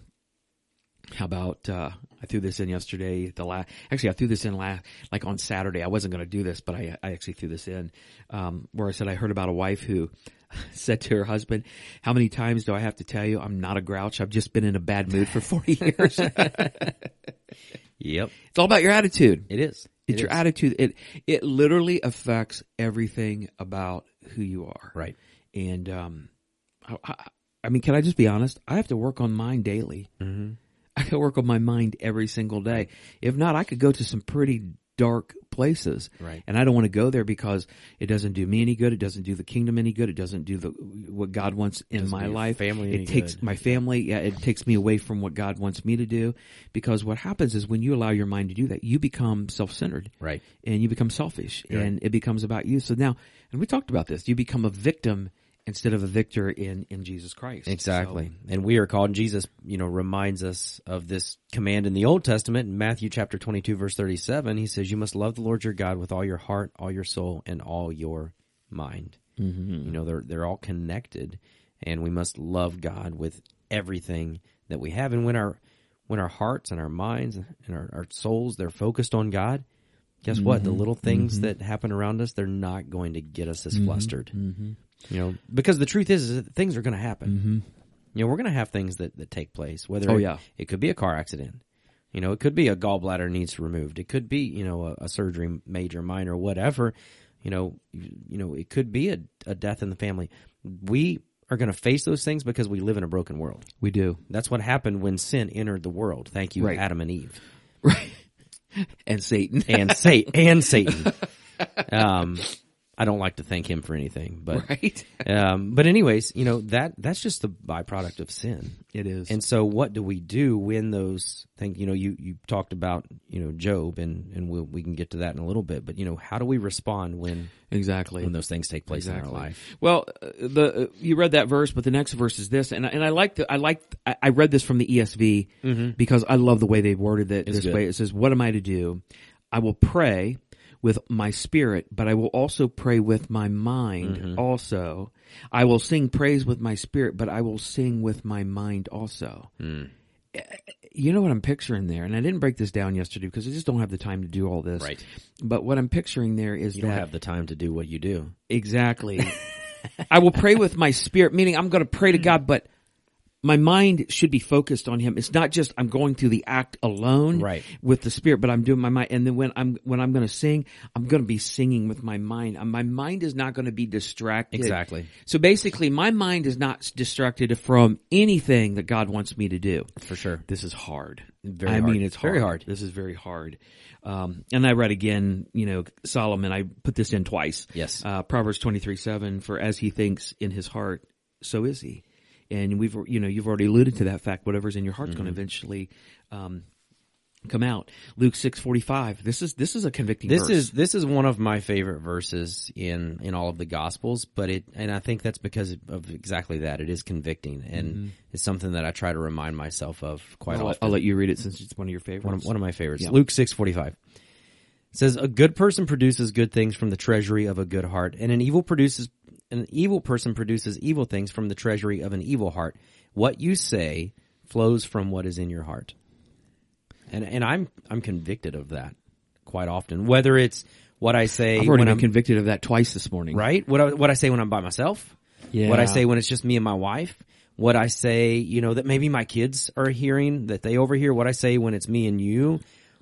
[SPEAKER 2] how about uh I threw this in yesterday the last actually I threw this in last like on Saturday. I wasn't going to do this, but I I actually threw this in um where I said I heard about a wife who said to her husband, "How many times do I have to tell you I'm not a grouch? I've just been in a bad mood for 40 years." it's
[SPEAKER 1] Yep.
[SPEAKER 2] all about your attitude.
[SPEAKER 1] It is.
[SPEAKER 2] It's
[SPEAKER 1] It
[SPEAKER 2] your
[SPEAKER 1] is.
[SPEAKER 2] attitude. It it literally affects everything about who you are.
[SPEAKER 1] Right.
[SPEAKER 2] And um, I, I, I mean, can I just be honest? I have to work on mine daily.
[SPEAKER 1] Mhm.
[SPEAKER 2] I can work on my mind every single day. If not, I could go to some pretty dark places.
[SPEAKER 1] Right.
[SPEAKER 2] And I don't want to go there because it doesn't do me any good. It doesn't do the kingdom any good. It doesn't do the what God wants in
[SPEAKER 1] Doesn't
[SPEAKER 2] my
[SPEAKER 1] do your
[SPEAKER 2] life.
[SPEAKER 1] family
[SPEAKER 2] it
[SPEAKER 1] any
[SPEAKER 2] takes
[SPEAKER 1] good.
[SPEAKER 2] my family. Yeah, it takes me away from what God wants me to do. Because what happens is when you allow your mind to do that, you become self-centered
[SPEAKER 1] Right.
[SPEAKER 2] and you become selfish and it becomes about you. So now, and we talked about this, you become a victim instead of a victor in, in Jesus Christ.
[SPEAKER 1] Exactly. And we are called, Jesus, you know, reminds us of this command in the Old Testament in Matthew chapter 22 verse 37. He says, you must love the Lord your God with all your heart, all your soul, and all your mind. Mm-hmm. You know, they're, they're all connected and we must love God with everything that we have. And when our, when our hearts and our minds and our, our souls, they're focused on God, guess what? The little things that happen around us, they're not going to get us as flustered. You know, because the truth is, is that things are going to happen. You know, we're going to have things that, that take place. Whether
[SPEAKER 2] Mm-hmm. Oh,
[SPEAKER 1] it-
[SPEAKER 2] yeah.
[SPEAKER 1] it, could be a car accident. You know, it could be a gallbladder needs removed. It could be you know a, a surgery, major, minor, whatever. You know, you, you know, it could be a, a death in the family. We are going to face those things because we live in a broken world.
[SPEAKER 2] So, we do.
[SPEAKER 1] That's what happened when sin entered the world. Thank you,
[SPEAKER 2] Right.
[SPEAKER 1] Adam and Eve
[SPEAKER 2] And Satan.
[SPEAKER 1] and Satan and Satan. Um, I don't like to thank him for anything, but
[SPEAKER 2] right?
[SPEAKER 1] um, but anyways, you know that that's just the byproduct of sin.
[SPEAKER 2] It is.
[SPEAKER 1] And so, what do we do when those things? You know, you you talked about you know Job, and and we'll, we can get to that in a little bit. But you know, how do we respond when
[SPEAKER 2] exactly.
[SPEAKER 1] when those things take place in our life?
[SPEAKER 2] Well, uh, the uh, you read that verse, but the next verse is this, and I- and I like the I like I, I read this from the ESV because I love the way they worded it this
[SPEAKER 1] Mm-hmm. good.
[SPEAKER 2] way. It says, "What am I to do? I will pray with my spirit, but I will also pray with my mind.
[SPEAKER 1] Mm-hmm.
[SPEAKER 2] Also, I will sing praise with my spirit, but I will sing with my mind also."
[SPEAKER 1] Mm.
[SPEAKER 2] Eh, you know what I'm picturing there, and I didn't break this down yesterday because I just don't have the time to do all this.
[SPEAKER 1] Right.
[SPEAKER 2] But what I'm picturing there is
[SPEAKER 1] You don't
[SPEAKER 2] that
[SPEAKER 1] have the time to do what you do.
[SPEAKER 2] exactly. I will pray with my spirit, meaning I'm going to pray to God, but my mind should be focused on Him. It's not just I'm going through the act alone,
[SPEAKER 1] Right.
[SPEAKER 2] With the spirit, but I'm doing my mind. And then when I'm when I'm going to sing, I'm going to be singing with my mind. Uh, My mind is not going to be distracted.
[SPEAKER 1] Exactly.
[SPEAKER 2] So basically, my mind is not s- distracted from anything that God wants me to do
[SPEAKER 1] For sure.
[SPEAKER 2] this is hard.
[SPEAKER 1] Very
[SPEAKER 2] I
[SPEAKER 1] hard.
[SPEAKER 2] mean, it's hard.
[SPEAKER 1] Very hard.
[SPEAKER 2] This is very hard. Um, and I read again, you know, Solomon, I put this in twice.
[SPEAKER 1] Yes.
[SPEAKER 2] Uh, Proverbs 23, 7, for as he thinks in his heart, so is he. And we've, you know, you've already alluded to that fact. Whatever's in your heart's going to eventually, um, come out. Luke 6, 45. This is, this is a convicting
[SPEAKER 1] This
[SPEAKER 2] verse.
[SPEAKER 1] is this is one of my favorite verses in in all of the gospels, but it and I think that's because of exactly that. It is convicting and it's something that I try to remind myself of quite
[SPEAKER 2] I'll,
[SPEAKER 1] often.
[SPEAKER 2] I'll let you read it since it's one of your favorites.
[SPEAKER 1] One of, one of my favorites.
[SPEAKER 2] Yeah.
[SPEAKER 1] Luke six forty five says, "A good person produces good things from the treasury of a good heart, and an evil produces an evil person produces evil things from the treasury of an evil heart. What you say flows from what is in your heart." And and I'm I'm convicted of that quite often. Whether it's what I say
[SPEAKER 2] I've already
[SPEAKER 1] when
[SPEAKER 2] been
[SPEAKER 1] I'm
[SPEAKER 2] convicted of that twice this morning.
[SPEAKER 1] right? What I, what I say when I'm by myself.
[SPEAKER 2] Yeah.
[SPEAKER 1] What I say when it's just me and my wife. What I say, you know, that maybe my kids are hearing that they overhear. What I say when it's me and you.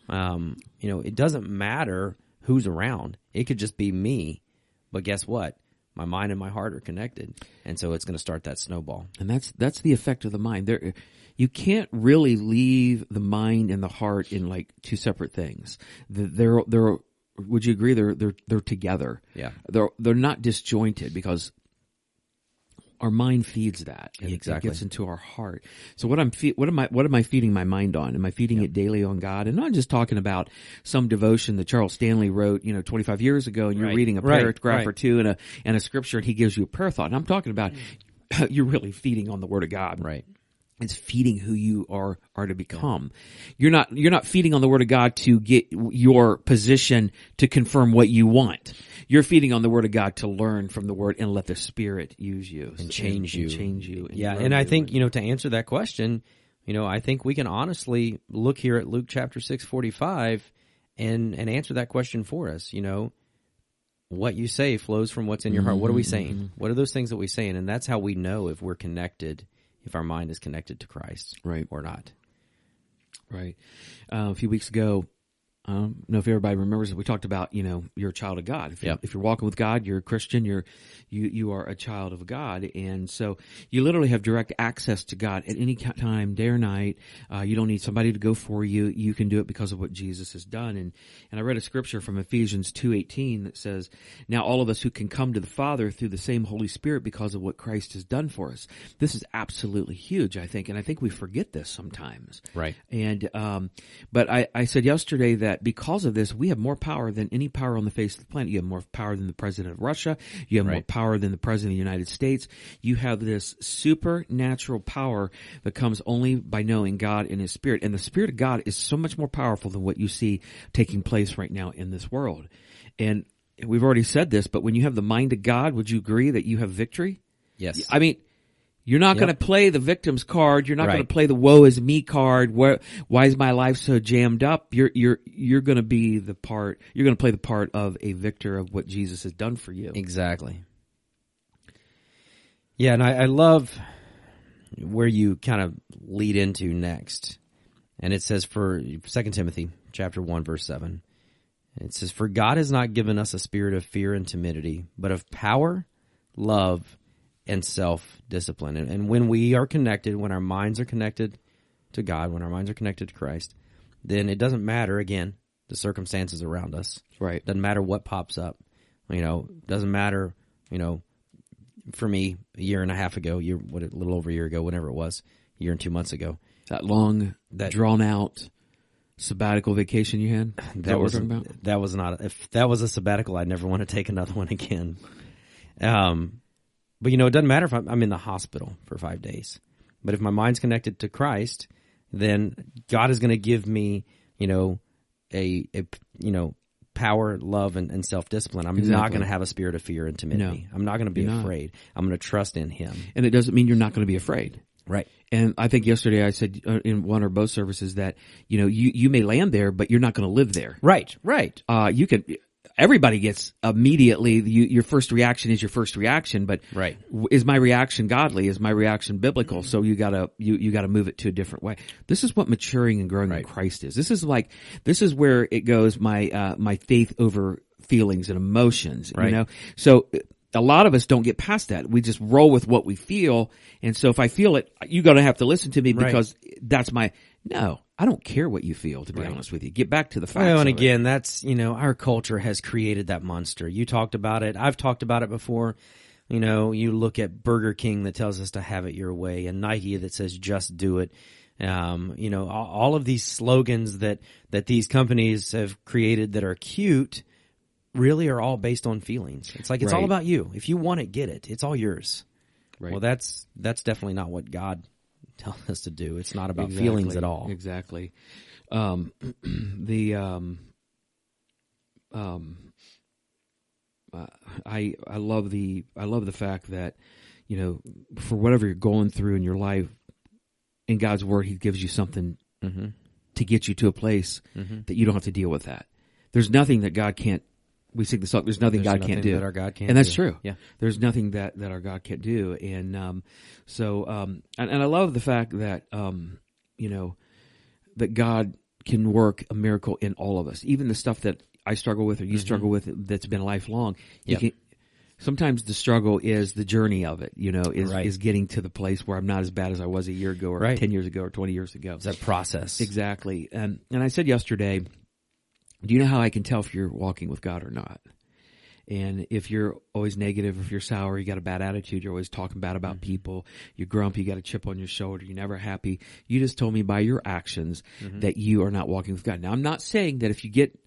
[SPEAKER 1] Um, you know, it doesn't matter who's around. It could just be me. But guess what? My mind and my heart are connected, and so it's going to start that snowball.
[SPEAKER 2] And that's that's the effect of the mind. There, you can't really leave the mind and the heart in like two separate things. Th- They're they're. Would you agree? They're they're they're together.
[SPEAKER 1] Yeah.
[SPEAKER 2] They're they're not disjointed because our mind feeds that and it-
[SPEAKER 1] Exactly.
[SPEAKER 2] it gets into our heart. So what I'm fe- what am I what am I feeding my mind on? Am I feeding it daily on God? And not just talking about some devotion that Charles Stanley wrote, you know, 25 years ago, and you're
[SPEAKER 1] Right.
[SPEAKER 2] reading a
[SPEAKER 1] Right.
[SPEAKER 2] paragraph
[SPEAKER 1] Right.
[SPEAKER 2] or two and a and a scripture, and he gives you a prayer thought. And I'm talking about you're really feeding on the Word of God,
[SPEAKER 1] Mm. Right.
[SPEAKER 2] it's feeding who you are are to become. You're not you're not feeding on the word of God to get your position to confirm what you want. You're feeding on the word of God to learn from the word and let the Spirit use you and
[SPEAKER 1] change you.
[SPEAKER 2] change you.
[SPEAKER 1] yeah,
[SPEAKER 2] grow
[SPEAKER 1] and I
[SPEAKER 2] you.
[SPEAKER 1] think you know to answer that question, you know, I think we can honestly look here at Luke chapter six forty five, and and answer that question for us. You know, what you say flows from what's in your heart. What are we
[SPEAKER 2] Mm-hmm.
[SPEAKER 1] saying? What are those things that we're saying? And that's how we know if we're connected, if our mind is connected to Christ,
[SPEAKER 2] Right.
[SPEAKER 1] or not.
[SPEAKER 2] Right. Uh, a few weeks ago, I don't know if everybody remembers that we talked about, you know, you're a child of God. If, you-
[SPEAKER 1] Yep.
[SPEAKER 2] if you're walking with God, you're a Christian, you're, you, you are a child of God. And so you literally have direct access to God at any ki- time, day or night. Uh, you don't need somebody to go for you. You can do it because of what Jesus has done. And, and I read a scripture from Ephesians 2.18 that says, now all of us who can come to the Father through the same Holy Spirit because of what Christ has done for us. This is absolutely huge, I think. And I think we forget this sometimes.
[SPEAKER 1] Right.
[SPEAKER 2] And um, but I, I said yesterday that because of this, we have more power than any power on the face of the planet. You have more power than the president of Russia. You have more
[SPEAKER 1] Right.
[SPEAKER 2] power than the president of the United States. You have this supernatural power that comes only by knowing God and His Spirit. And the Spirit of God is so much more powerful than what you see taking place right now in this world. And we've already said this, but when you have the mind of God, would you agree that you have victory?
[SPEAKER 1] Yes.
[SPEAKER 2] I mean, you're
[SPEAKER 1] Yep.
[SPEAKER 2] not going to play the victim's card. You're not going
[SPEAKER 1] Right.
[SPEAKER 2] to play the woe is me card. Where, why is my life so jammed up? You're, you're, you're going to be the part, you're going to play the part of a victor of what Jesus has done for you.
[SPEAKER 1] Exactly. Yeah, and I, I love where you kind of lead into next. And it says for Second Timothy chapter one, verse seven. It says, For God has not given us a spirit of fear and timidity, but of power, love, and self discipline. And, and when we are connected, when our minds are connected to God, when our minds are connected to Christ, then it doesn't matter again the circumstances around us.
[SPEAKER 2] Right.
[SPEAKER 1] Doesn't matter what pops up. You know, doesn't matter. You know, for me, a year and a half ago, year what a little over a year ago, whenever it was, a year and two months ago,
[SPEAKER 2] That long,
[SPEAKER 1] That-
[SPEAKER 2] drawn out sabbatical vacation you had. Is That,
[SPEAKER 1] that
[SPEAKER 2] what we're
[SPEAKER 1] was
[SPEAKER 2] talking about.
[SPEAKER 1] that was not if that was a sabbatical, I'd never want to take another one again. Um, but you know, it doesn't matter if I'm, I'm in the hospital for five days. But if my mind's connected to Christ, then God is going to give me, you know, a, a you know power, love, and, and self discipline. I'm not
[SPEAKER 2] Exactly.
[SPEAKER 1] going to have a spirit of fear and timidity. I'm not going to be
[SPEAKER 2] You're not.
[SPEAKER 1] afraid. I'm going to trust in Him.
[SPEAKER 2] And it doesn't mean you're not going to be afraid.
[SPEAKER 1] Right.
[SPEAKER 2] And I think yesterday I said uh, in one or both services that you know you you may land there, but you're not going to live there.
[SPEAKER 1] Right. Right.
[SPEAKER 2] Uh, you can. Everybody gets immediately. You, your first reaction is your first reaction, but
[SPEAKER 1] Right.
[SPEAKER 2] w- Is my reaction godly? Is my reaction biblical? So you gotta you you gotta move it to a different way. This is what maturing and growing in Christ is. This is like this is where it goes. My uh, my faith over feelings and emotions.
[SPEAKER 1] Right.
[SPEAKER 2] You know. So uh, a lot of us don't get past that. We just roll with what we feel. And so if I feel it, you gotta have to listen to me
[SPEAKER 1] Right.
[SPEAKER 2] because that's my no. I don't care what you feel. To be honest with you, get back to the facts.
[SPEAKER 1] Well, and
[SPEAKER 2] of it.
[SPEAKER 1] again, that's you know our culture has created that monster. You talked about it. I've talked about it before. You know, you look at Burger King that tells us to have it your way, and Nike that says just do it. Um, you know, all, all of these slogans that that these companies have created that are cute really are all based on feelings. It's like it's all
[SPEAKER 2] Right.
[SPEAKER 1] about you. If you want it, get it. It's all yours.
[SPEAKER 2] Right.
[SPEAKER 1] Well, that's that's definitely not what God tells us to do. It's not about feelings at
[SPEAKER 2] Exactly,
[SPEAKER 1] all.
[SPEAKER 2] Exactly. Um, the um, um, uh, I I love the I love the fact that you know for whatever you're going through in your life, in God's Word, He gives you something
[SPEAKER 1] Mhm.
[SPEAKER 2] to get you to a place
[SPEAKER 1] Mm-hmm.
[SPEAKER 2] that you don't have to deal with that. There's nothing that God can't. We sing the song. There's nothing
[SPEAKER 1] There's
[SPEAKER 2] God can't
[SPEAKER 1] nothing
[SPEAKER 2] do.
[SPEAKER 1] that our God can't
[SPEAKER 2] and that's
[SPEAKER 1] do.
[SPEAKER 2] true.
[SPEAKER 1] Yeah.
[SPEAKER 2] There's nothing that, that our God can't do. And, um, so, um, and, and I love the fact that, um, you know, that God can work a miracle in all of us, even the stuff that I struggle with or
[SPEAKER 1] Mm-hmm.
[SPEAKER 2] you struggle with that's been lifelong. He
[SPEAKER 1] Yep.
[SPEAKER 2] can, sometimes the struggle is the journey of it, you know, is,
[SPEAKER 1] Right.
[SPEAKER 2] is getting to the place where I'm not as bad as I was a year ago or
[SPEAKER 1] Right.
[SPEAKER 2] 10 years ago or 20 years ago.
[SPEAKER 1] It's that process.
[SPEAKER 2] Exactly. And and I said yesterday, do you know how I can tell if you're walking with God or not? And if you're always negative, if you're sour, you got a bad attitude, you're always talking bad about people, you're grumpy, you got a chip on your shoulder, you're never happy. You just told me by your actions that you are not walking with God. Now I'm not saying that if you get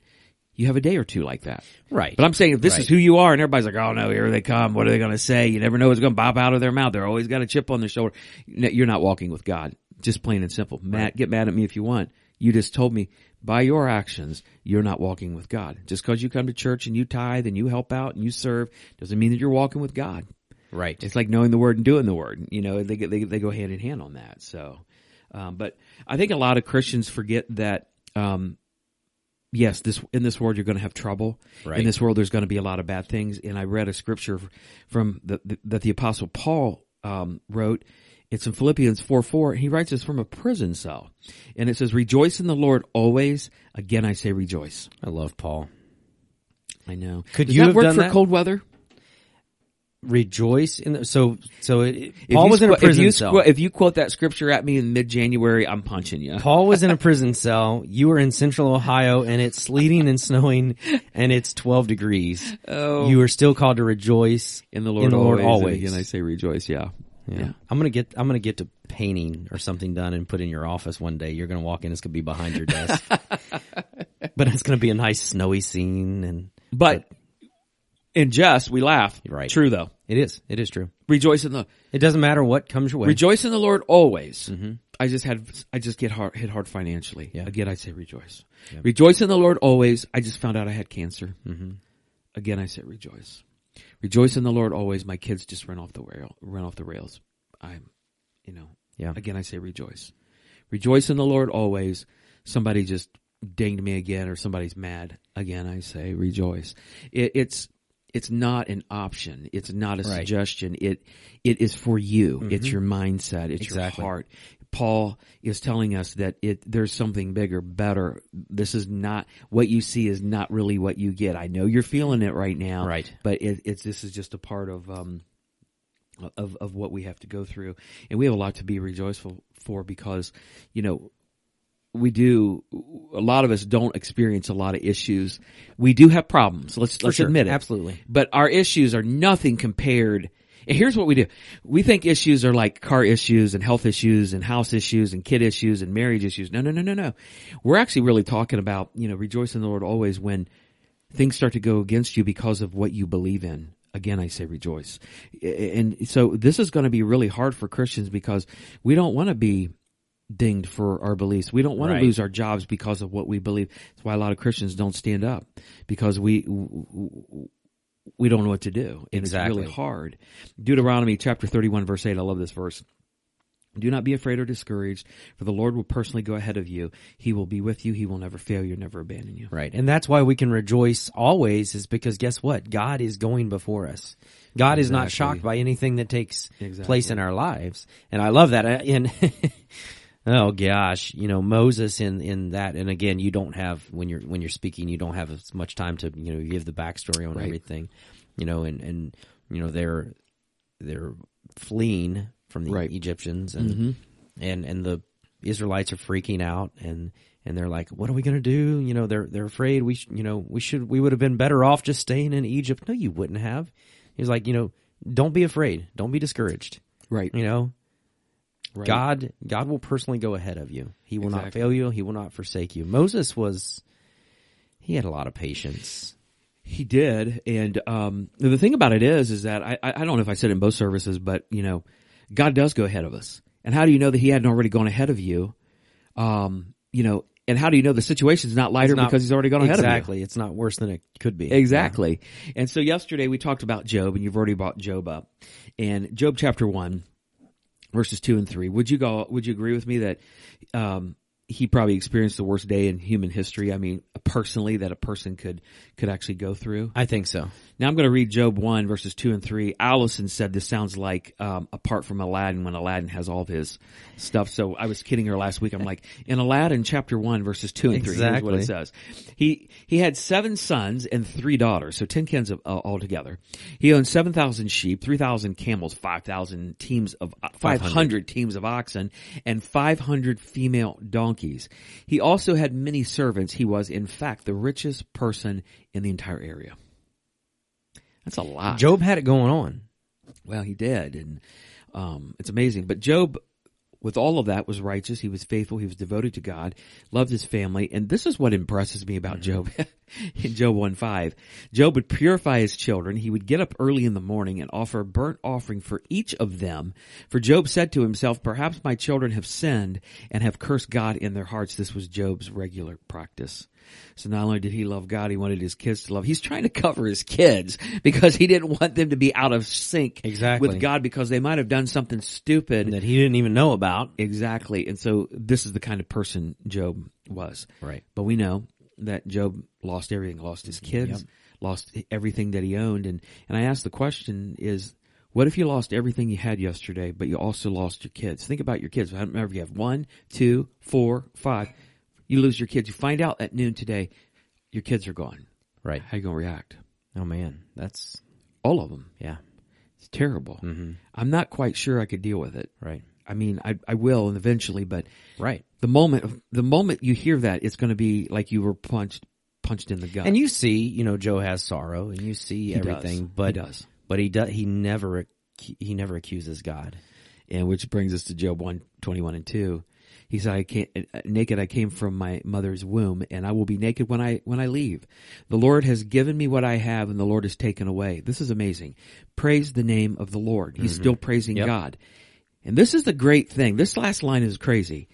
[SPEAKER 2] you have a day or two like that.
[SPEAKER 1] Right.
[SPEAKER 2] But I'm saying if this
[SPEAKER 1] Right.
[SPEAKER 2] is who you are and everybody's like, oh no, here they come. What are they going to say? You never know what's going to pop out of their mouth. They're always got a chip on their shoulder. No, you're not walking with God. Just plain and simple. Matt, get mad at me if you want. You just told me by your actions, you're not walking with God. Just cause you come to church and you tithe and you help out and you serve doesn't mean that you're walking with God.
[SPEAKER 1] right.
[SPEAKER 2] It's like knowing the word and doing the word. You know, they get- they they go hand in hand on that. So, um, but I think a lot of Christians forget that. Um, yes, this in this world you're going to have trouble.
[SPEAKER 1] Right.
[SPEAKER 2] In this world, there's going to be a lot of bad things. And I read a scripture from the, the that the apostle Paul um, wrote. It's in Philippians four four. He writes this from a prison cell, and it says, "Rejoice in the Lord always." Again, I say rejoice.
[SPEAKER 1] I love Paul.
[SPEAKER 2] I know.
[SPEAKER 1] Could
[SPEAKER 2] Does
[SPEAKER 1] you
[SPEAKER 2] that
[SPEAKER 1] have
[SPEAKER 2] work
[SPEAKER 1] done
[SPEAKER 2] for
[SPEAKER 1] that?
[SPEAKER 2] cold weather?
[SPEAKER 1] Rejoice in the, so so it,
[SPEAKER 2] If
[SPEAKER 1] Paul
[SPEAKER 2] you
[SPEAKER 1] was in a
[SPEAKER 2] squ-
[SPEAKER 1] prison
[SPEAKER 2] if you
[SPEAKER 1] cell.
[SPEAKER 2] squ- if you quote that scripture at me in mid-January, I'm punching you.
[SPEAKER 1] Paul was in a prison cell. You were in Central Ohio, and it's sleeting and snowing, and it's twelve degrees.
[SPEAKER 2] Oh.
[SPEAKER 1] You are still called to rejoice
[SPEAKER 2] in the Lord,
[SPEAKER 1] in the Lord
[SPEAKER 2] always.
[SPEAKER 1] always.
[SPEAKER 2] And again, I say rejoice. Yeah.
[SPEAKER 1] Yeah. I'm gonna get I'm gonna get to painting or something done and put in your office one day. You're gonna walk in, it's gonna be behind your desk, but it's gonna be a nice snowy scene, and
[SPEAKER 2] But in jest, we laugh.
[SPEAKER 1] Right.
[SPEAKER 2] True though.
[SPEAKER 1] it is it is true.
[SPEAKER 2] Rejoice in the,
[SPEAKER 1] It doesn't matter what comes your way.
[SPEAKER 2] rejoice in the Lord always. I just had, I just get hard, hit hard financially.
[SPEAKER 1] Mm-hmm. Yeah.
[SPEAKER 2] Again, I say rejoice. Rejoice in the Lord always. I just found out I had cancer.
[SPEAKER 1] Mm-hmm.
[SPEAKER 2] Again, I say rejoice. Rejoice in the Lord always. My kids just run off the rail, run off the rails. I'm, you know,
[SPEAKER 1] yeah,
[SPEAKER 2] Again, I say rejoice. Rejoice in the Lord always. Somebody just dinged me again or somebody's mad. Again, I say rejoice. It, it's, it's not an option. It's not a
[SPEAKER 1] Right. Mm-hmm.
[SPEAKER 2] suggestion. It, it is for you. It's your mindset. It's
[SPEAKER 1] Exactly.
[SPEAKER 2] your heart. Paul is telling us that it, there's something bigger, better. This is not, what you see is not really what you get. I know you're feeling it right now.
[SPEAKER 1] Right.
[SPEAKER 2] But it, it's, this is just a part of, um, of of what we have to go through, and we have a lot to be rejoiceful for because you know we do a lot of us don't experience a lot of issues. We do have problems. Let's let's
[SPEAKER 1] sure.
[SPEAKER 2] admit it.
[SPEAKER 1] Absolutely.
[SPEAKER 2] But our issues are nothing compared and here's what we do. We think issues are like car issues and health issues and house issues and kid issues and marriage issues. No, no, no, no, no. We're actually really talking about, you know, rejoice in the Lord always when things start to go against you because of what you believe in. Again, I say rejoice. And so this is going to be really hard for Christians because we don't want to be dinged for our beliefs. We don't want
[SPEAKER 1] Right.
[SPEAKER 2] to lose our jobs because of what we believe. That's why a lot of Christians don't stand up because we we don't know what to do. And
[SPEAKER 1] Exactly.
[SPEAKER 2] it's really hard. Deuteronomy chapter 31 verse 8. I love this verse. Do not be afraid or discouraged, for the Lord will personally go ahead of you. He will be with you. He will never fail you, never abandon you.
[SPEAKER 1] Right. And that's why we can rejoice always is because guess what? God is going before us. God is not
[SPEAKER 2] Exactly.
[SPEAKER 1] shocked by anything that takes
[SPEAKER 2] Exactly.
[SPEAKER 1] place in our lives. And I love that. I- And oh gosh, you know, Moses in, in that. And again, you don't have, when you're, when you're speaking, you don't have as much time to, you know, give the backstory on
[SPEAKER 2] Right.
[SPEAKER 1] everything, you know, and, and, you know, they're, they're fleeing from the
[SPEAKER 2] Right. Mm-hmm.
[SPEAKER 1] Egyptians and and and the Israelites are freaking out and and they're like, "What are we going to do?" You know, they're they're afraid we sh- you know, we should we would have been better off just staying in Egypt. No, you wouldn't have. He was like, you know, don't be afraid. Don't be discouraged.
[SPEAKER 2] Right.
[SPEAKER 1] You know,
[SPEAKER 2] right.
[SPEAKER 1] God God will personally go ahead of you. He will not
[SPEAKER 2] Exactly.
[SPEAKER 1] fail you. He will not forsake you. Moses was he had a lot of patience.
[SPEAKER 2] He did, and um, the thing about it is, is that I, I I don't know if I said it in both services, but you know, God does go ahead of us. And how do you know that He hadn't already gone ahead of you? Um, you know, and how do you know the situation's not lighter
[SPEAKER 1] Not-
[SPEAKER 2] because He's already gone ahead of you?
[SPEAKER 1] Exactly. It's not worse than it could be.
[SPEAKER 2] Exactly. And so yesterday we talked about Job, and you've already brought Job up. And Job chapter one, verses two and three. Would you go? Would you agree with me that um, he probably experienced the worst day in human history? I mean, personally, that a person could could actually go through.
[SPEAKER 1] I think so.
[SPEAKER 2] Now I'm going to read Job 1 verses 2 and 3. Allison said this sounds like, um, apart from Aladdin when Aladdin has all of his stuff. So I was kidding her last week. I'm like, in Aladdin chapter 1 verses 2 and 3, here's what
[SPEAKER 1] Exactly.
[SPEAKER 2] it says. He, he had seven sons and three daughters. So 10 kids of, uh, altogether. He owned 7,000 sheep, 3,000 camels, 5,000 teams of, 500 teams of oxen and 500 female donkeys. He also had many servants. He was in fact the richest person in the entire area. That's a lot.
[SPEAKER 1] Job had it going on.
[SPEAKER 2] well, he did, and um, it's amazing. But Job, with all of that, was righteous. He was faithful. He was devoted to God. Loved his family. And this is what impresses me about Job. in Job one five, Job would purify his children. He would get up early in the morning and offer a burnt offering for each of them. For Job said to himself, "Perhaps my children have sinned and have cursed God in their hearts." This was Job's regular practice. So not only did he love God, he wanted his kids to love. He's trying to cover his kids because he didn't want them to be out of sync
[SPEAKER 1] Exactly.
[SPEAKER 2] with God because they might have done something stupid.
[SPEAKER 1] That he didn't even know about.
[SPEAKER 2] Exactly. And so this is the kind of person Job was.
[SPEAKER 1] Right. Mm-hmm.
[SPEAKER 2] But we know that Job lost everything, lost his kids, lost everything that he owned. And, and I asked the question is, what if you lost everything you had yesterday, but you also lost your kids? Think about your kids. I don't remember if you have one, two, four, five. You lose your kids. You find out at noon today, your kids are gone.
[SPEAKER 1] Right.
[SPEAKER 2] How you going to react?
[SPEAKER 1] Oh man, that's
[SPEAKER 2] All of them.
[SPEAKER 1] yeah.
[SPEAKER 2] It's terrible. Mm-hmm. I'm not quite sure I could deal with it.
[SPEAKER 1] Right.
[SPEAKER 2] I mean, I, I will and eventually, but
[SPEAKER 1] Right.
[SPEAKER 2] the moment the moment you hear that it's going to be like you were punched punched in the gut
[SPEAKER 1] And you see, you know, Joe has sorrow, and you see
[SPEAKER 2] does.
[SPEAKER 1] everything, but
[SPEAKER 2] He does.
[SPEAKER 1] but he does he never ac- he never accuses God.
[SPEAKER 2] and which brings us to job 1 21 and 2 he said i can't naked i came from my mother's womb and i will be naked when i when i leave the lord has given me what i have and the lord has taken away this is amazing praise the name of the lord he's still praising god and this is the great thing this last line is crazy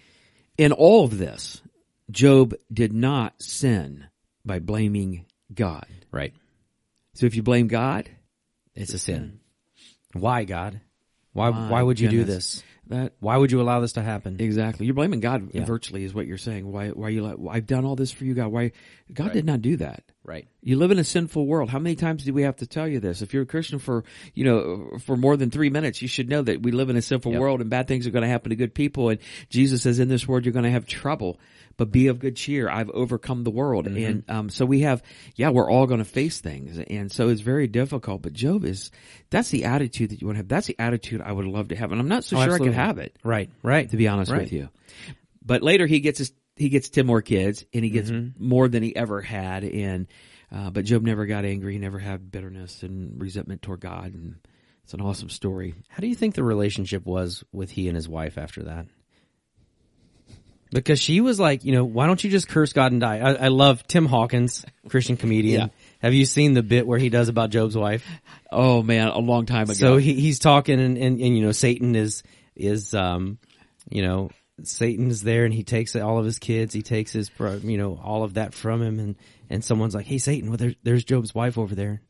[SPEAKER 2] in all of this job did not sin by blaming god
[SPEAKER 1] Right.
[SPEAKER 2] so if you blame god
[SPEAKER 1] It's a sin. Why God? Why
[SPEAKER 2] My
[SPEAKER 1] why would you do
[SPEAKER 2] goodness.
[SPEAKER 1] this?
[SPEAKER 2] that
[SPEAKER 1] Why would you allow this to happen?
[SPEAKER 2] Exactly. You're blaming God
[SPEAKER 1] Yeah.
[SPEAKER 2] virtually is what you're saying. Why why you like I've done all this for you, God. Why God did not do that.
[SPEAKER 1] right.
[SPEAKER 2] You live in a sinful world. How many times do we have to tell you this? If you're a Christian for, you know, for more than three minutes, you should know that we live in a sinful world and bad things are going to happen to good people. And Jesus says in this world, you're going to have trouble, but be of good cheer. I've overcome the world.
[SPEAKER 1] Mm-hmm.
[SPEAKER 2] And, um, so we have, yeah, we're all going to face things. And so it's very difficult, but Job is, that's the attitude that you want to have. That's the attitude I would love to have. And I'm not so
[SPEAKER 1] Oh,
[SPEAKER 2] sure I
[SPEAKER 1] absolutely.
[SPEAKER 2] could have it
[SPEAKER 1] Right. Right.
[SPEAKER 2] to be honest
[SPEAKER 1] Right.
[SPEAKER 2] with you. But later he gets his he gets ten more kids, and he gets
[SPEAKER 1] Mm-hmm.
[SPEAKER 2] more than he ever had. And uh, but Job never got angry. He never had bitterness and resentment toward God. And it's an awesome story.
[SPEAKER 1] How do you think the relationship was with he and his wife after that? Because she was like, you know, why don't you just curse God and die? I, I love Tim Hawkins, Christian comedian.
[SPEAKER 2] Yeah.
[SPEAKER 1] Have you seen the bit where he does about Job's wife?
[SPEAKER 2] Oh man, a long time ago.
[SPEAKER 1] So he, he's talking and, and, and, you know, Satan is, is, um, you know, Satan is there and he takes all of his kids. He takes his, pro- you know, all of that from him. And, and someone's like, Hey, Satan, well, there, there's Job's wife over there.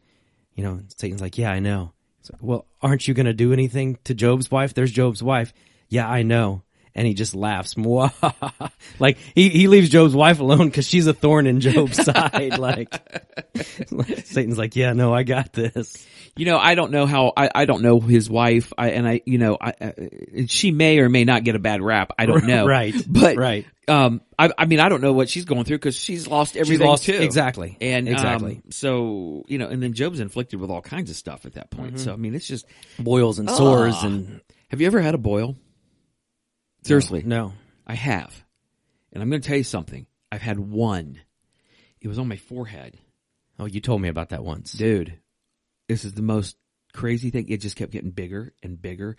[SPEAKER 1] You know, and Satan's like, yeah, I know. It's like, well, aren't you going to do anything to Job's wife? There's Job's wife. Yeah, I know. And he just laughs. Mwah. like he, he leaves Job's wife alone because she's a thorn in Job's side. like Satan's like, yeah, no, I got this.
[SPEAKER 2] You know, I don't know how I, I don't know his wife. I and I, you know, I, I she may or may not get a bad rap. I don't know.
[SPEAKER 1] Right,
[SPEAKER 2] but
[SPEAKER 1] right.
[SPEAKER 2] Um, I, I mean, I don't know what she's going through because she's lost everything
[SPEAKER 1] lost-
[SPEAKER 2] too.
[SPEAKER 1] exactly.
[SPEAKER 2] and um,
[SPEAKER 1] Exactly.
[SPEAKER 2] so you know, and then Job's inflicted with all kinds of stuff at that point. So I mean, it's just
[SPEAKER 1] boils and Mm-hmm. sores
[SPEAKER 2] Ugh.
[SPEAKER 1] and
[SPEAKER 2] Have you ever had a boil? Seriously,
[SPEAKER 1] no.
[SPEAKER 2] I have, and I'm going to tell you something. I've had one. It was on my forehead,
[SPEAKER 1] Oh, you told me about that once.
[SPEAKER 2] dude. This is the most crazy thing. It just kept getting bigger and bigger.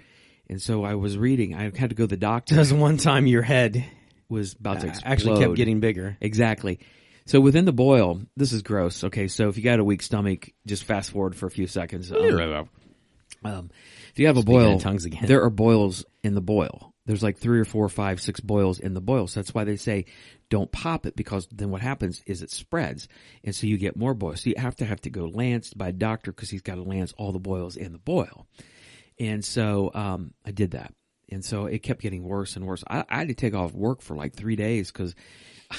[SPEAKER 2] And so I was reading. I had to go to the doctor.
[SPEAKER 1] Because one time your head
[SPEAKER 2] was about to explode.
[SPEAKER 1] actually kept getting bigger.
[SPEAKER 2] exactly. So within the boil, this is gross. Okay, so if you got a weak stomach, just fast forward for a few seconds. Um, um, if you have a boil,
[SPEAKER 1] of tongues again.
[SPEAKER 2] there are boils in the boil. There's like three or four, five, six boils in the boil. So that's why they say don't pop it because then what happens is it spreads, and so you get more boils. So you have to have to go lanced by a doctor because he's got to lance all the boils in the boil. And so um, I did that. And so it kept getting worse and worse. I, I had to take off work for like three days because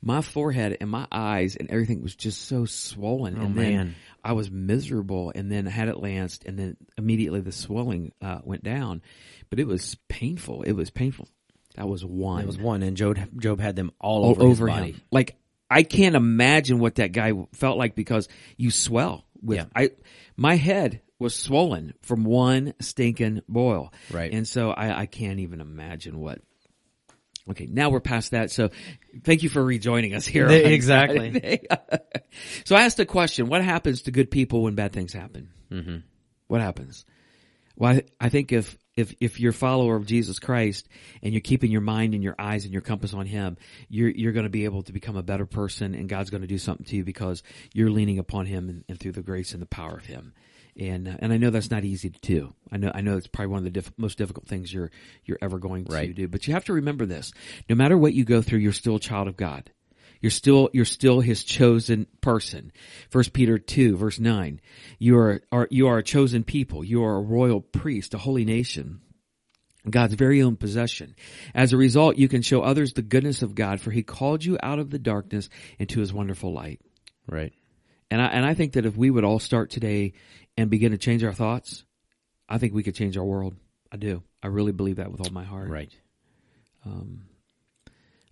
[SPEAKER 2] my forehead and my eyes and everything was just so swollen. and then
[SPEAKER 1] Oh, man.
[SPEAKER 2] I was miserable. And then I had it lanced, and then immediately the swelling uh, went down. But it was painful. It was painful. That was one
[SPEAKER 1] It was one, and Job, Job had them all,
[SPEAKER 2] all
[SPEAKER 1] over, his body.
[SPEAKER 2] him. Like I can't imagine what that guy felt like because you swell with
[SPEAKER 1] Yeah.
[SPEAKER 2] I my head was swollen from one stinking boil.
[SPEAKER 1] Right.
[SPEAKER 2] And so I, I can't even imagine what Okay, now we're past that. So thank you for rejoining us here.
[SPEAKER 1] Th-
[SPEAKER 2] on
[SPEAKER 1] exactly.
[SPEAKER 2] Friday. so I asked a question. What happens to good people when bad things happen? Mm-hmm. What happens? Well, I, I think if, if, if you're a follower of Jesus Christ and you're keeping your mind and your eyes and your compass on Him, you're, you're going to be able to become a better person and God's going to do something to you because you're leaning upon Him and, and through the grace and the power of Him. And, uh, and I know that's not easy to do. I know, I know it's probably one of the diff- most difficult things you're, you're ever going to
[SPEAKER 1] Right.
[SPEAKER 2] do. But you have to remember this. No matter what you go through, you're still a child of God. You're still you're still his chosen person. First Peter two verse nine. You are, are you are a chosen people. You are a royal priest, a holy nation. God's very own possession. As a result, you can show others the goodness of God, for He called you out of the darkness into His wonderful light.
[SPEAKER 1] Right.
[SPEAKER 2] And I and I think that if we would all start today and begin to change our thoughts, I think we could change our world. I do. I really believe that with all my heart.
[SPEAKER 1] Right.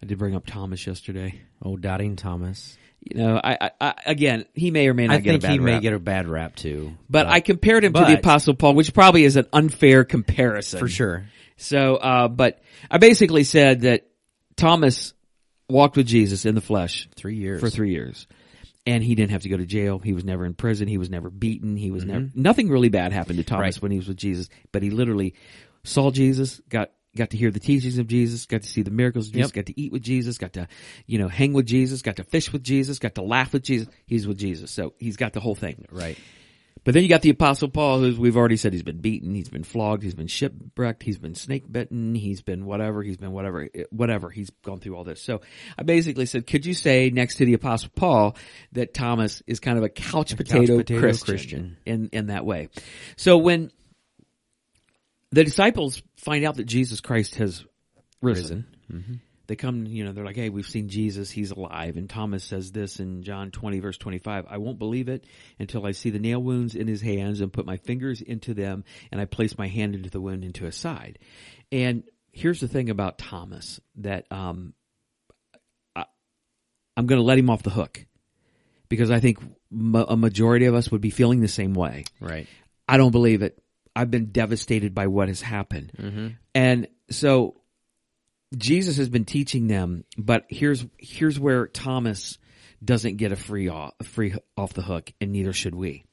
[SPEAKER 2] I did bring up Thomas yesterday.
[SPEAKER 1] Oh, Dotting Thomas.
[SPEAKER 2] You know, I, I, I again, he may or may not
[SPEAKER 1] I
[SPEAKER 2] get
[SPEAKER 1] think
[SPEAKER 2] a bad
[SPEAKER 1] he may
[SPEAKER 2] rap.
[SPEAKER 1] get a bad rap too.
[SPEAKER 2] but I compared him to the
[SPEAKER 1] but-
[SPEAKER 2] Apostle Paul, which probably is an unfair comparison.
[SPEAKER 1] for sure.
[SPEAKER 2] So, uh, but I basically said that Thomas walked with Jesus in the flesh
[SPEAKER 1] Three years.
[SPEAKER 2] for three years. And he didn't have to go to jail. He was never in prison. He was never beaten. He was never, nothing really bad happened to Thomas
[SPEAKER 1] Mm-hmm. Right.
[SPEAKER 2] when he was with Jesus, but he literally saw Jesus, got, got to hear the teachings of Jesus, got to see the miracles of Jesus,
[SPEAKER 1] Yep.
[SPEAKER 2] got to eat with Jesus, got to, you know, hang with Jesus, got to fish with Jesus, got to laugh with Jesus. He's with Jesus. So he's got the whole thing.
[SPEAKER 1] Right.
[SPEAKER 2] But then you got the apostle Paul, who's we've already said he's been beaten, he's been flogged, he's been shipwrecked, he's been snake bitten, he's been whatever, he's been whatever, eh, whatever. He's gone through all this. So I basically said, could you say next to the apostle Paul that Thomas is kind of a couch, potato,
[SPEAKER 1] potato
[SPEAKER 2] Christian,
[SPEAKER 1] Christian.
[SPEAKER 2] in in that way? So when the disciples find out that Jesus Christ has risen, they come, you know, they're like, hey, we've seen Jesus, he's alive. And Thomas says this in John 20, verse 25, I won't believe it until I see the nail wounds in his hands and put my fingers into them and I place my hand into the wound into his side. And here's the thing about Thomas that, um, I, I'm going to let him off the hook because I think ma- a majority of us would be feeling the same way.
[SPEAKER 1] Right.
[SPEAKER 2] I don't believe it. I've been devastated by what has happened. And so Jesus has been teaching them, but here's here's where Thomas doesn't get a free off, free off the hook, and neither should we.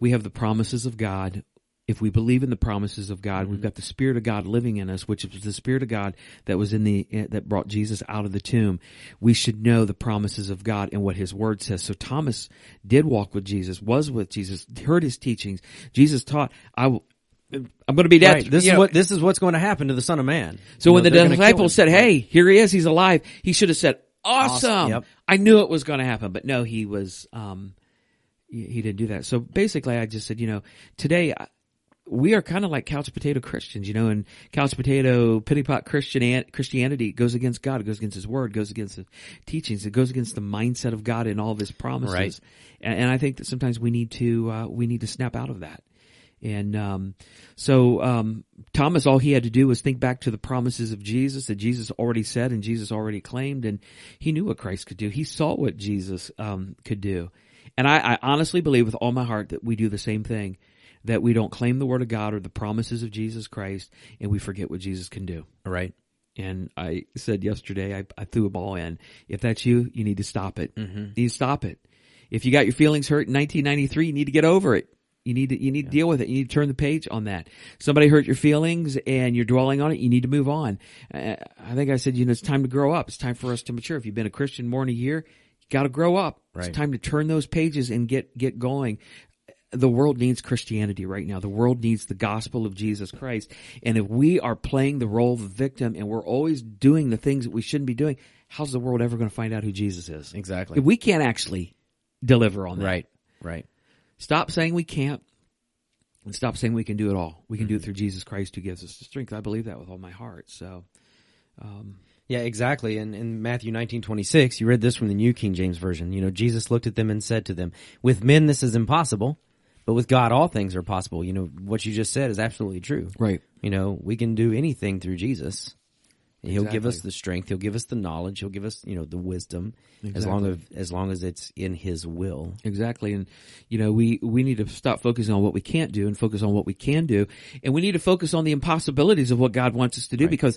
[SPEAKER 2] We have the promises of God. If we believe in the promises of God, we've got the Spirit of God living in us, which is the Spirit of God that was in the eh, that brought Jesus out of the tomb. We should know the promises of God and what His Word says. So Thomas did walk with Jesus, was with Jesus, heard His teachings. Jesus taught, "I will, I'm going to be dead."
[SPEAKER 1] Right. This
[SPEAKER 2] you
[SPEAKER 1] is
[SPEAKER 2] know,
[SPEAKER 1] what this is what's going to happen to the Son of Man.
[SPEAKER 2] so
[SPEAKER 1] You
[SPEAKER 2] when
[SPEAKER 1] know, they're gonna
[SPEAKER 2] the
[SPEAKER 1] kill
[SPEAKER 2] disciples
[SPEAKER 1] him.
[SPEAKER 2] said, "Hey, here he is. He's alive," he should have said, "Awesome!"
[SPEAKER 1] Awesome. Yep.
[SPEAKER 2] I knew it was going to happen, but no, he was. Um, he he didn't do that. So basically, I just said, you know, today I, we are kind of like couch potato Christians, you know, and couch potato pity pot Christian Christianity goes against God, it goes against His Word, goes against His teachings, it goes against the mindset of God and all of His promises.
[SPEAKER 1] Right.
[SPEAKER 2] And, and I think that sometimes we need to uh, we need to snap out of that. And um, so um, Thomas, all he had to do was think back to the promises of Jesus that Jesus already said and Jesus already claimed, and he knew what Christ could do. He saw what Jesus um, could do, and I, I honestly believe with all my heart that we do the same thing, that we don't claim the Word of God or the promises of Jesus Christ, and we forget what Jesus can do.
[SPEAKER 1] right?
[SPEAKER 2] And I said yesterday, I, I threw a ball in. If that's you, you need to stop it. Mm-hmm. You need to stop it. If you got your feelings hurt in 1993, you need to get over it. You need to, you need to deal with it. You need to turn the page on that. Somebody hurt your feelings and you're dwelling on it. You need to move on. Uh, I think I said, you know, it's time to grow up. It's time for us to mature. If you've been a Christian more than a year, you got to grow up.
[SPEAKER 1] Right.
[SPEAKER 2] It's time to turn those pages and get, get going the world needs Christianity right now. The world needs the gospel of Jesus Christ. And if we are playing the role of the victim and we're always doing the things that we shouldn't be doing, how's the world ever going to find out who Jesus is?
[SPEAKER 1] Exactly.
[SPEAKER 2] If we can't actually deliver on that,
[SPEAKER 1] Right. Right.
[SPEAKER 2] stop saying we can't and stop saying we can do it all. We can do it through Jesus Christ who gives us the strength. I believe that with all my heart. So
[SPEAKER 1] Yeah, exactly. And in Matthew nineteen twenty six, you read this from the New King James Version. You know, Jesus looked at them and said to them, "With men, this is impossible, but with God, all things are possible." You know, what you just said is absolutely true.
[SPEAKER 2] Right.
[SPEAKER 1] You know, we can do anything through Jesus. He'll give us
[SPEAKER 2] Exactly.
[SPEAKER 1] the strength. He'll give us the knowledge. He'll give us, you know, the wisdom. As long as as long as it's in His will.
[SPEAKER 2] Exactly. And, you know, we, we need to stop focusing on what we can't do and focus on what we can do. And we need to focus on the impossibilities of what God wants us to do because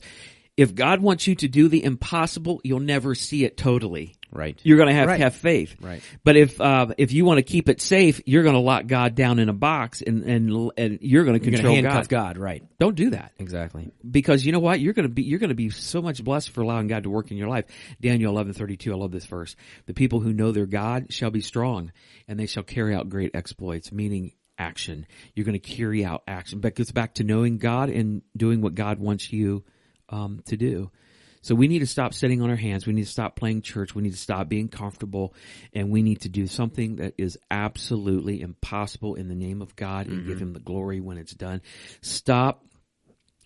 [SPEAKER 2] if God wants you to do the impossible, you'll never see it totally.
[SPEAKER 1] Right.
[SPEAKER 2] You're going to have
[SPEAKER 1] Right.
[SPEAKER 2] to have faith.
[SPEAKER 1] Right.
[SPEAKER 2] But if, uh, if you want to keep it safe, you're going to lock God down in a box and, and, and you're going to
[SPEAKER 1] You're
[SPEAKER 2] control
[SPEAKER 1] going to handcuff
[SPEAKER 2] God.
[SPEAKER 1] God. Right.
[SPEAKER 2] Don't do that
[SPEAKER 1] Exactly.
[SPEAKER 2] because you know what you're going to be you're going to be so much blessed for allowing god to work in your life daniel eleven thirty two. i love this verse the people who know their god shall be strong and they shall carry out great exploits meaning action you're going to carry out action but it gets back to knowing god and doing what god wants you um, to do so we need to stop sitting on our hands. We need to stop playing church. We need to stop being comfortable and we need to do something that is absolutely impossible in the name of God and give him the glory when it's done. Stop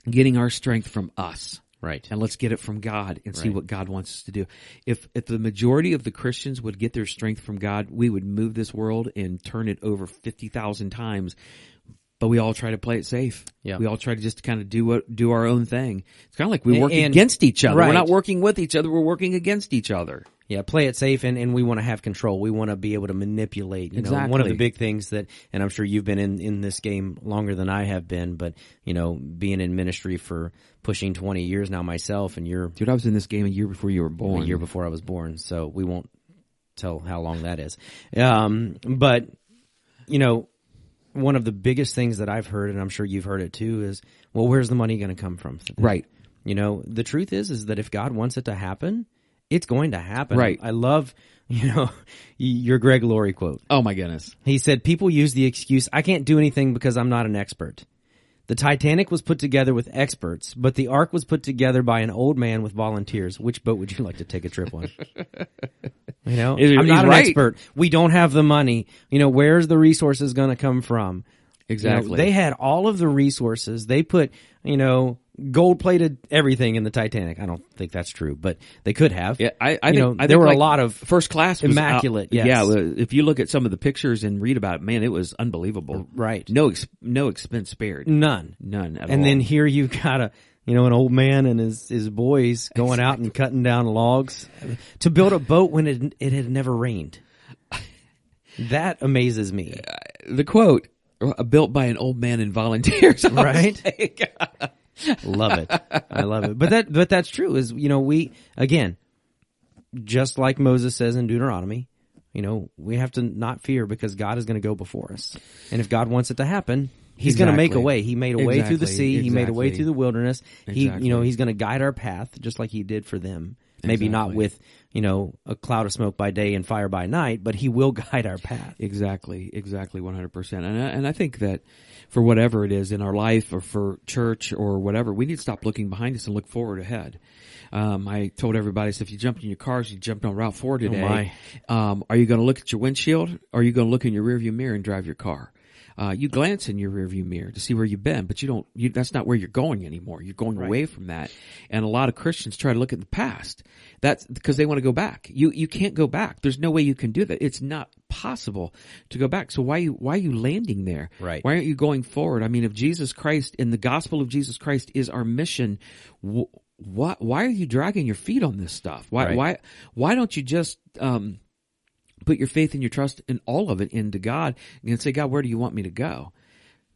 [SPEAKER 2] getting our strength from us
[SPEAKER 1] Right.
[SPEAKER 2] and let's get it from God and see
[SPEAKER 1] Right.
[SPEAKER 2] what God wants us to do. If if the majority of the Christians would get their strength from God, we would move this world and turn it over 50,000 times. But we all try to play it safe.
[SPEAKER 1] Yeah.
[SPEAKER 2] We all try to just kind of do what do our own thing. It's kind of like we work
[SPEAKER 1] and-
[SPEAKER 2] against each other. We're
[SPEAKER 1] right.
[SPEAKER 2] not working with each other, we're working against each other.
[SPEAKER 1] Yeah, play it safe, and, and we want to have control. We want to be able to manipulate. You know, one of the
[SPEAKER 2] Exactly.
[SPEAKER 1] big things that, and I'm sure you've been in, in this game longer than I have been, but you know, being in ministry for pushing 20 years now myself, and you're
[SPEAKER 2] Dude, I was in this game a year before you were born.
[SPEAKER 1] a year before I was born, so we won't tell how long that is. Um, but you know, one of the biggest things that I've heard, and I'm sure you've heard it too, is well, where's the money going to come from? for this?
[SPEAKER 2] Right.
[SPEAKER 1] You know, the truth is, is that if God wants it to happen, it's going to happen.
[SPEAKER 2] Right.
[SPEAKER 1] I love, you know, y- your Greg Laurie quote.
[SPEAKER 2] Oh my goodness.
[SPEAKER 1] He said, people use the excuse, I can't do anything because I'm not an expert. The Titanic was put together with experts, but the Ark was put together by an old man with volunteers. Which boat would you like to take a trip on? you know,
[SPEAKER 2] He's-
[SPEAKER 1] I'm
[SPEAKER 2] he's
[SPEAKER 1] not an
[SPEAKER 2] right.
[SPEAKER 1] expert. We don't have the money. You know, where's the resources going to come from? You know,
[SPEAKER 2] Exactly.
[SPEAKER 1] they had all of the resources. They put, you know, gold plated everything in the Titanic. I don't think that's true, but they could have.
[SPEAKER 2] Yeah, I, I
[SPEAKER 1] You
[SPEAKER 2] think,
[SPEAKER 1] know,
[SPEAKER 2] I think
[SPEAKER 1] there were
[SPEAKER 2] like
[SPEAKER 1] a lot of
[SPEAKER 2] first class was
[SPEAKER 1] immaculate,
[SPEAKER 2] out-
[SPEAKER 1] yes.
[SPEAKER 2] Yeah, well, if you look at some of the pictures and read about it, man, it was unbelievable.
[SPEAKER 1] Right.
[SPEAKER 2] No, ex- no expense spared.
[SPEAKER 1] none.
[SPEAKER 2] None at
[SPEAKER 1] and
[SPEAKER 2] all.
[SPEAKER 1] then here you've got a you know an old man and his his boys going out and cutting down logs to build a boat when it it had never rained. That amazes me.
[SPEAKER 2] "Uh, the quote uh, built by an old man and volunteers, I was
[SPEAKER 1] Right.
[SPEAKER 2] like,
[SPEAKER 1] love it. I love it. But that, but that's true. Is you know we again, just like Moses says in Deuteronomy, you know we have to not fear because God is going to go before us, and if God wants it to happen, He's going to make a
[SPEAKER 2] Exactly.
[SPEAKER 1] way. He made a way through the
[SPEAKER 2] Exactly.
[SPEAKER 1] sea. He made a way
[SPEAKER 2] Exactly.
[SPEAKER 1] through the wilderness. He,
[SPEAKER 2] Exactly.
[SPEAKER 1] you know, He's going to guide our path just like He did for them. Maybe not
[SPEAKER 2] Exactly.
[SPEAKER 1] with you know a cloud of smoke by day and fire by night, but He will guide our path.
[SPEAKER 2] Exactly, exactly, one hundred percent. And I, and I think that for whatever it is in our life, or for church, or whatever, we need to stop looking behind us and look forward ahead. Um, I told everybody, so if you jumped in your cars, you jumped on Route
[SPEAKER 1] Oh,
[SPEAKER 2] Four today. um, are you going to look at your windshield? Or are you going to look in your rearview mirror and drive your car? Uh, you glance in your rearview mirror to see where you've been, but you don't. You, that's not where you're going anymore. You're going away from that. And a lot of Christians try to look at the past. That's because they want to go back. You you can't go back. There's no way you can do that. It's not possible to go back. So why you why are you landing there?
[SPEAKER 1] Right.
[SPEAKER 2] Why aren't you going forward? I mean, if Jesus Christ and the gospel of Jesus Christ is our mission, wh- why why are you dragging your feet on this stuff? Why
[SPEAKER 1] Right.
[SPEAKER 2] why why don't you just um, put your faith and your trust in all of it into God and say, God, where do you want me to go?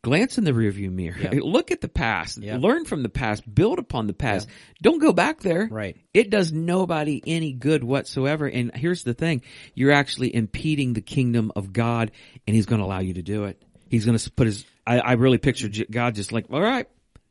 [SPEAKER 2] Glance in the rearview mirror. Look at the past.
[SPEAKER 1] Yeah.
[SPEAKER 2] Learn from the past. Build upon the past. Don't go back there.
[SPEAKER 1] Right.
[SPEAKER 2] It does nobody any good whatsoever. And here's the thing. You're actually impeding the kingdom of God and he's going to allow you to do it. He's going to put his, I, I really picture J- God just like, all right,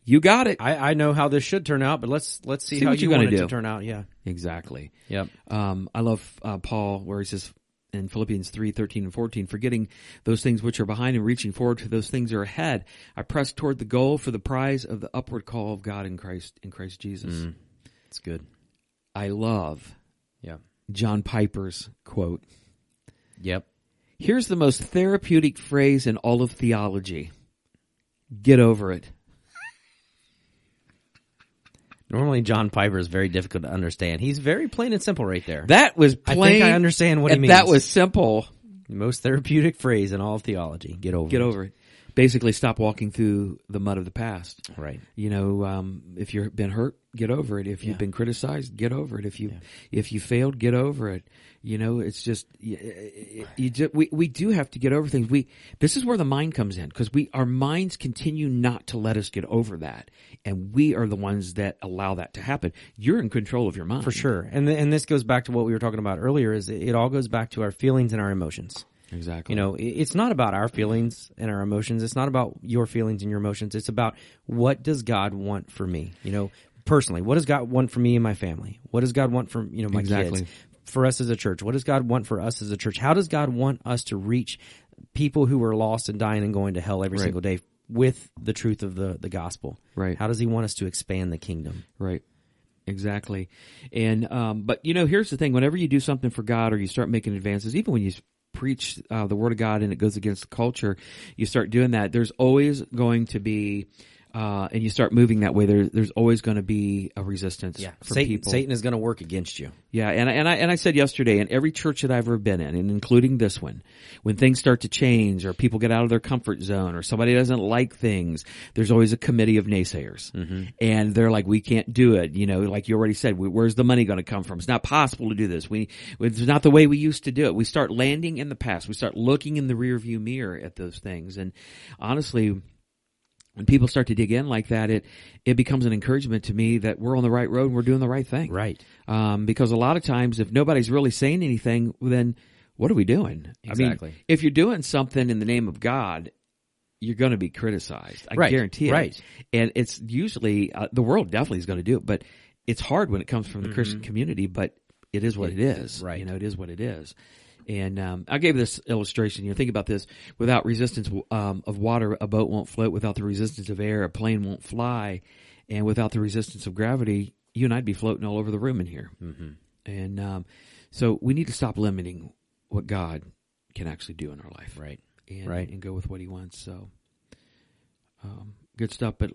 [SPEAKER 2] you got it.
[SPEAKER 1] I, I know how this should turn out, but let's let's see,
[SPEAKER 2] See
[SPEAKER 1] how
[SPEAKER 2] what
[SPEAKER 1] you
[SPEAKER 2] you're
[SPEAKER 1] want
[SPEAKER 2] gonna
[SPEAKER 1] it to
[SPEAKER 2] do.
[SPEAKER 1] turn out. Yeah.
[SPEAKER 2] Exactly.
[SPEAKER 1] Yep.
[SPEAKER 2] Um, I love uh, Paul where he says in Philippians three thirteen and 14, forgetting those things which are behind and reaching forward to those things that are ahead, I press toward the goal for the prize of the upward call of God in Christ, in Christ Jesus.
[SPEAKER 1] It's good.
[SPEAKER 2] I love
[SPEAKER 1] Yeah.
[SPEAKER 2] John Piper's quote.
[SPEAKER 1] Yep.
[SPEAKER 2] Here's the most therapeutic phrase in all of theology. Get over it.
[SPEAKER 1] Normally, John Piper is very difficult to understand. He's very plain and simple right there.
[SPEAKER 2] That was
[SPEAKER 1] I
[SPEAKER 2] plain.
[SPEAKER 1] think I understand what he
[SPEAKER 2] and That
[SPEAKER 1] means.
[SPEAKER 2] was simple.
[SPEAKER 1] The Most therapeutic phrase in all of theology. Get over.
[SPEAKER 2] Get
[SPEAKER 1] it.
[SPEAKER 2] over it. Basically stop walking through the mud of the past.
[SPEAKER 1] Right.
[SPEAKER 2] you know, um, if you've been hurt, get over it. If you've been criticized, get over it. If you if you failed, get over it. You know, it's just you, you just, we we do have to get over things. We this is where the mind comes in because we our minds continue not to let us get over that, and we are the ones that allow that to happen. You're in control of your mind
[SPEAKER 1] For sure. And th- and this goes back to what we were talking about earlier. Is it, it all goes back to our feelings and our emotions.
[SPEAKER 2] Exactly.
[SPEAKER 1] You know, it, it's not about our feelings and our emotions. It's not about your feelings and your emotions. It's about what does God want for me? You know, personally, what does God want for me and my family? What does God want for, you know, my
[SPEAKER 2] Exactly.
[SPEAKER 1] kids? For us as a church? What does God want for us as a church? How does God want us to reach people who are lost and dying and going to hell every single day with the truth of the, the gospel?
[SPEAKER 2] Right.
[SPEAKER 1] How does he want us to expand the kingdom?
[SPEAKER 2] Right. Exactly. And, um, but you know, here's the thing. Whenever you do something for God or you start making advances, even when you s- preach, uh, the word of God and it goes against the culture, you start doing that. There's always going to be, uh, and you start moving that way. There, there's always going to be a resistance for
[SPEAKER 1] Satan,
[SPEAKER 2] people.
[SPEAKER 1] Satan is going to work against you.
[SPEAKER 2] Yeah, and I, and I and I said yesterday in every church that I've ever been in, and including this one, when things start to change or people get out of their comfort zone or somebody doesn't like things, there's always a committee of naysayers, and they're like, "We can't do it." You know, like you already said, we, "Where's the money going to come from? It's not possible to do this. We it's not the way we used to do it." We start landing in the past. We start looking in the rearview mirror at those things, and honestly when people start to dig in like that, it it becomes an encouragement to me that we're on the right road and we're doing the right thing.
[SPEAKER 1] Right.
[SPEAKER 2] Um, because a lot of times, if nobody's really saying anything, then what are we doing? I
[SPEAKER 1] Exactly.
[SPEAKER 2] mean, if you're doing something in the name of God, you're going to be criticized. I
[SPEAKER 1] Right.
[SPEAKER 2] guarantee it.
[SPEAKER 1] Right.
[SPEAKER 2] And it's usually uh, the world definitely is going to do it, but it's hard when it comes from the Christian community. But it is what it is.
[SPEAKER 1] Mm-hmm. right.
[SPEAKER 2] You know, it is what it is. And um, I gave this illustration. You know, think about this: without resistance um, of water, a boat won't float. Without the resistance of air, a plane won't fly. And without the resistance of gravity, you and I'd be floating all over the room in here. Mm-hmm. And um, so we need to stop limiting what God can actually do in our life
[SPEAKER 1] Right.
[SPEAKER 2] and,
[SPEAKER 1] Right.
[SPEAKER 2] and go with what he wants. So, um, good stuff. But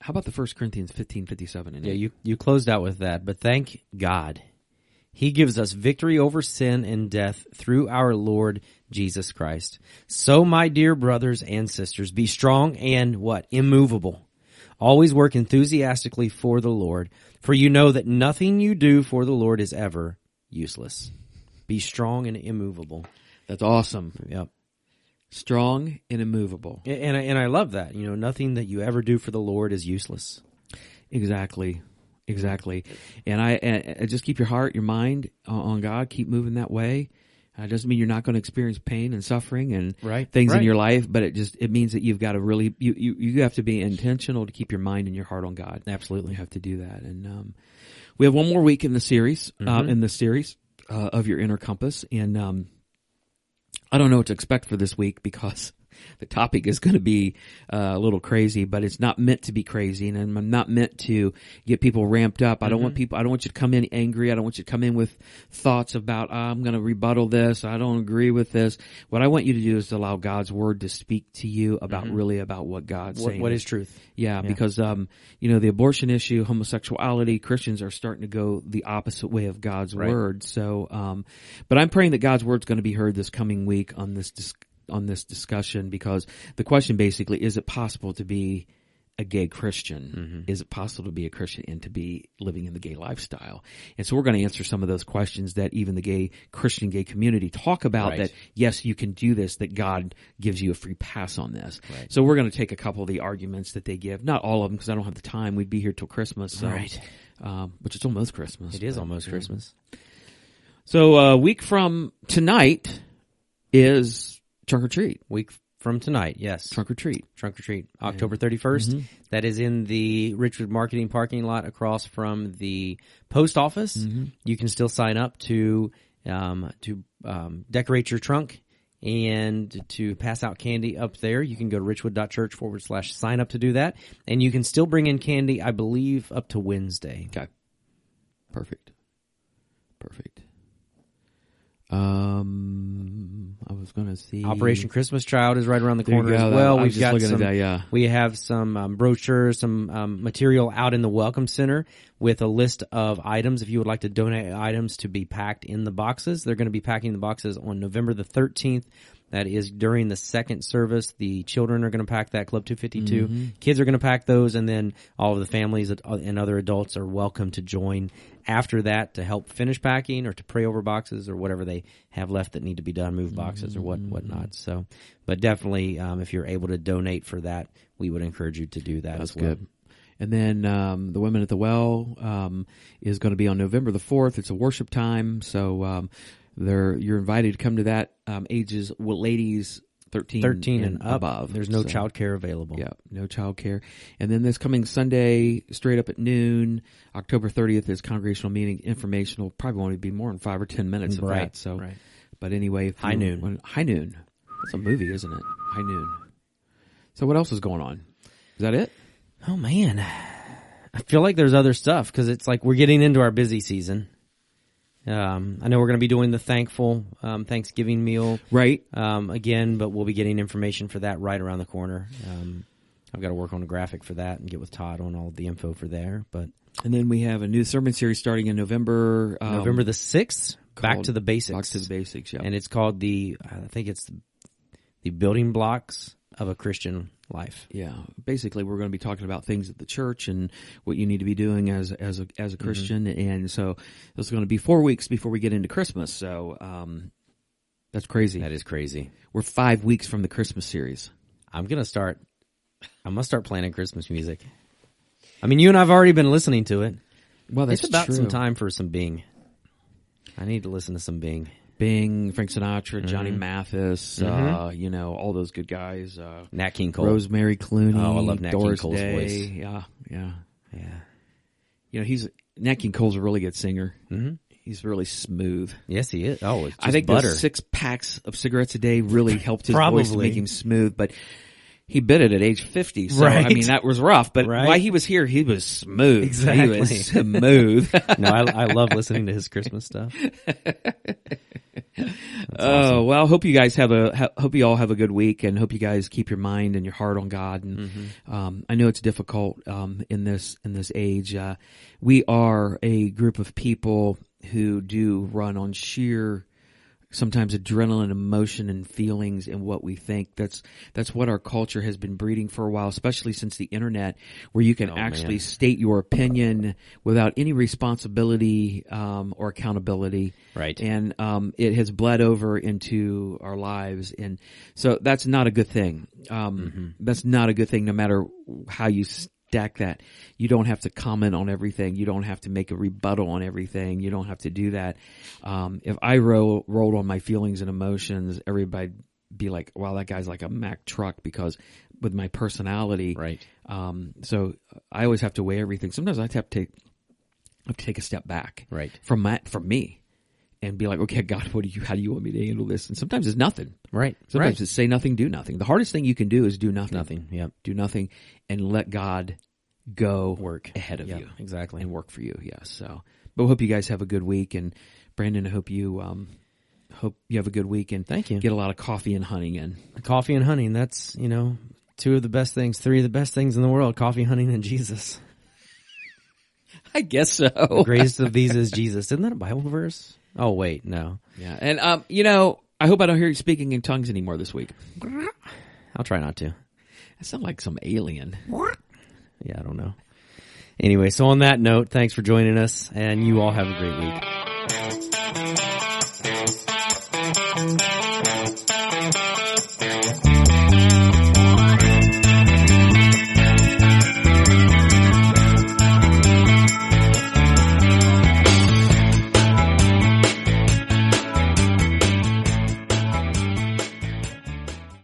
[SPEAKER 2] how about the First Corinthians fifteen fifty seven? And
[SPEAKER 1] Yeah,
[SPEAKER 2] 8?
[SPEAKER 1] you, you closed out with that, but thank God. He gives us victory over sin and death through our Lord Jesus Christ. So my dear brothers and sisters, be strong and what? Immovable. Always work enthusiastically for the Lord, for you know that nothing you do for the Lord is ever useless. Be strong and immovable.
[SPEAKER 2] that's awesome.
[SPEAKER 1] Yep.
[SPEAKER 2] Strong and immovable.
[SPEAKER 1] And, and I, and I love that. You know, nothing that you ever do for the Lord is useless.
[SPEAKER 2] Exactly. Exactly. And I, and, and just keep your heart, your mind on- on God. Keep moving that way. Uh, It doesn't mean you're not going to experience pain and suffering and
[SPEAKER 1] Right,
[SPEAKER 2] things in
[SPEAKER 1] right.
[SPEAKER 2] your life, but it just, it means that you've got to really, you, you, you have to be intentional to keep your mind and your heart on God. Absolutely. You have to do that. And, um, we have one more week in the series, uh,
[SPEAKER 1] Mm-hmm.
[SPEAKER 2] in the series, uh, of your inner compass. And, um, I don't know what to expect for this week because the topic is going to be uh, a little crazy, but it's not meant to be crazy, and I'm not meant to get people ramped up. I don't
[SPEAKER 1] Mm-hmm.
[SPEAKER 2] want people. I don't want you to come in angry. I don't want you to come in with thoughts about "Ah, I'm going to rebuttal this. I don't agree with this. What I want you to do is allow God's word to speak to you about really about what God's
[SPEAKER 1] Mm-hmm. What,
[SPEAKER 2] saying.
[SPEAKER 1] what is truth?
[SPEAKER 2] Yeah, because um, you know, the abortion issue, homosexuality, Christians are starting to go the opposite way of God's word. So, um, but I'm praying that God's word's going to be heard this coming week on this dis- on this discussion because the question basically is: It possible to be a gay Christian? Is it possible to be a Christian and to be living in the gay lifestyle? And so we're going to answer some of those questions that even the gay Christian gay community talk about
[SPEAKER 1] Right.
[SPEAKER 2] that yes, you can do this, that God gives you a free pass on this. So we're going to take a couple of the arguments that they give, not all of them because I don't have the time. We'd be here till Christmas. So,
[SPEAKER 1] Right.
[SPEAKER 2] Um, which it's almost Christmas.
[SPEAKER 1] It is almost Christmas.
[SPEAKER 2] So a week from tonight is trunk or treat.
[SPEAKER 1] Week from tonight, yes.
[SPEAKER 2] Trunk or treat.
[SPEAKER 1] Trunk or treat, October 31st.
[SPEAKER 2] Mm-hmm.
[SPEAKER 1] That is in the Richard Marketing parking lot across from the post office.
[SPEAKER 2] Mm-hmm.
[SPEAKER 1] You can still sign up to um, to um, decorate your trunk and to pass out candy up there. You can go to richwood.church forward slash sign up to do that. And you can still bring in candy, I believe, up to Wednesday.
[SPEAKER 2] Okay. Perfect. Perfect. Um, I was going to see
[SPEAKER 1] Operation Christmas Child is right around the
[SPEAKER 2] There you
[SPEAKER 1] corner
[SPEAKER 2] go.
[SPEAKER 1] as well.
[SPEAKER 2] I was
[SPEAKER 1] We've
[SPEAKER 2] just
[SPEAKER 1] got
[SPEAKER 2] looking at
[SPEAKER 1] some.
[SPEAKER 2] that, yeah.
[SPEAKER 1] We have some um, brochures, some um, material out in the Welcome Center with a list of items. If you would like to donate items to be packed in the boxes, they're going to be packing the boxes on November the thirteenth. That is during the second service. The children are going to pack that Club 252. Kids are going to pack those, and then all of the families and- and other adults are welcome to join after that to help finish packing or to pray over boxes or whatever they have left that need to be done, move boxes or what whatnot. So, but definitely, um, if you're able to donate for that, we would encourage you to do that as well.
[SPEAKER 2] Good. And then um, the Women at the Well um, is going to be on November the fourth. It's a worship time, so um, they're, you're invited to come to that. Um, ages well, ladies thirteen,
[SPEAKER 1] 13 and, up.
[SPEAKER 2] above.
[SPEAKER 1] There's no
[SPEAKER 2] So,
[SPEAKER 1] child care available.
[SPEAKER 2] Yeah, no child care. And then this coming Sunday, straight up at noon, October thirtieth is congregational meeting, informational. Probably won't be more than five or ten minutes of
[SPEAKER 1] Right,
[SPEAKER 2] that. So,
[SPEAKER 1] right.
[SPEAKER 2] but anyway, if
[SPEAKER 1] High
[SPEAKER 2] you
[SPEAKER 1] noon.
[SPEAKER 2] want- high noon. That's a movie, isn't it? High noon. So what else is going on? Is that it?
[SPEAKER 1] Oh man, I feel like there's other stuff because it's like we're getting into our busy season. Um, I know we're going to be doing the thankful um, Thanksgiving meal
[SPEAKER 2] Right.
[SPEAKER 1] um, again, but we'll be getting information for that right around the corner. Um, I've got to work on a graphic for that and get with Todd on all the info for there. But
[SPEAKER 2] And then we have a new sermon series starting in November. Um,
[SPEAKER 1] November the sixth, back
[SPEAKER 2] called
[SPEAKER 1] to the basics,
[SPEAKER 2] Back to the basics. Yeah.
[SPEAKER 1] and it's called the I think it's the building blocks of a Christian life.
[SPEAKER 2] yeah. Basically, we're going to be talking about things at the church and what you need to be doing as as a,
[SPEAKER 1] Mm-hmm.
[SPEAKER 2] as a Christian. And so it's going to be four weeks before we get into Christmas. So um, that's crazy.
[SPEAKER 1] That is crazy.
[SPEAKER 2] we're five weeks from the Christmas series.
[SPEAKER 1] I'm gonna start. I'm gonna start planning Christmas music. I mean, you and I've already been listening to it.
[SPEAKER 2] Well,
[SPEAKER 1] it's about some time for some Bing. I need to listen to some Bing.
[SPEAKER 2] Bing, Frank Sinatra, Johnny
[SPEAKER 1] Mm-hmm.
[SPEAKER 2] Mathis, uh, you know, all those good guys. Uh,
[SPEAKER 1] Nat King Cole.
[SPEAKER 2] Rosemary Clooney.
[SPEAKER 1] Oh, I love Nat King
[SPEAKER 2] Doris
[SPEAKER 1] Cole's
[SPEAKER 2] Day.
[SPEAKER 1] voice.
[SPEAKER 2] Yeah, yeah.
[SPEAKER 1] Yeah.
[SPEAKER 2] You know, he's Nat King Cole's a really good singer. Mm-hmm. He's really smooth.
[SPEAKER 1] Yes, he is. Oh, it's just
[SPEAKER 2] I think
[SPEAKER 1] butter.
[SPEAKER 2] those six packs of cigarettes a day really helped his voice to
[SPEAKER 1] Probably.
[SPEAKER 2] make him smooth, but he bit it at age 50. So, I
[SPEAKER 1] Right.
[SPEAKER 2] mean, that was rough, but
[SPEAKER 1] Right.
[SPEAKER 2] while he was here, he was smooth. He
[SPEAKER 1] Exactly.
[SPEAKER 2] was smooth.
[SPEAKER 1] no, I, I love listening to his Christmas stuff.
[SPEAKER 2] Oh, well, hope you guys have a, ha- hope you all have a good week and hope you guys keep your mind and your heart on God. And, um, I know it's difficult, um, in this, in this age. Uh, we are a group of people who do run on sheer, sometimes adrenaline, emotion, and feelings and what we think. That's, that's what our culture has been breeding for a while, especially since the internet where you can actually state your opinion without any responsibility, um, or accountability
[SPEAKER 1] Right.
[SPEAKER 2] and um, it has bled over into our lives, and so that's not a good thing. Um, That's not a good thing, no matter how you s- stack that. You don't have to comment on everything. You don't have to make a rebuttal on everything. You don't have to do that. Um, if I ro- rolled on my feelings and emotions, everybody'd be like, wow, that guy's like a Mack truck because with my personality.
[SPEAKER 1] Right.
[SPEAKER 2] Um, so I always have to weigh everything. Sometimes I have to take, I have to take a step back
[SPEAKER 1] Right.
[SPEAKER 2] from my, from me and be like, okay, God, what do you, how do you want me to handle this? And sometimes it's nothing.
[SPEAKER 1] Right.
[SPEAKER 2] Sometimes
[SPEAKER 1] right.
[SPEAKER 2] it's say nothing, do nothing. The hardest thing you can do is do nothing.
[SPEAKER 1] nothing. Yep.
[SPEAKER 2] Do nothing and let God go
[SPEAKER 1] Work.
[SPEAKER 2] ahead of
[SPEAKER 1] Yep,
[SPEAKER 2] you
[SPEAKER 1] Exactly.
[SPEAKER 2] and work for you. Yeah. So, but we hope you guys have a good week. And Brandon, I hope you, um, hope you have a good week and
[SPEAKER 1] Thank you.
[SPEAKER 2] get a lot of coffee and hunting in.
[SPEAKER 1] coffee and hunting. That's, you know, two of the best things, three of the best things in the world, coffee, hunting, and Jesus.
[SPEAKER 2] I guess so.
[SPEAKER 1] The greatest of these is Jesus. Isn't that a Bible verse? Oh, wait, no.
[SPEAKER 2] Yeah. And, um, you know, I hope I don't hear you speaking in tongues anymore this week.
[SPEAKER 1] I'll try not to.
[SPEAKER 2] I sound like some alien.
[SPEAKER 1] Yeah, I don't know. Anyway, so on that note, thanks for joining us, and you all have a great week.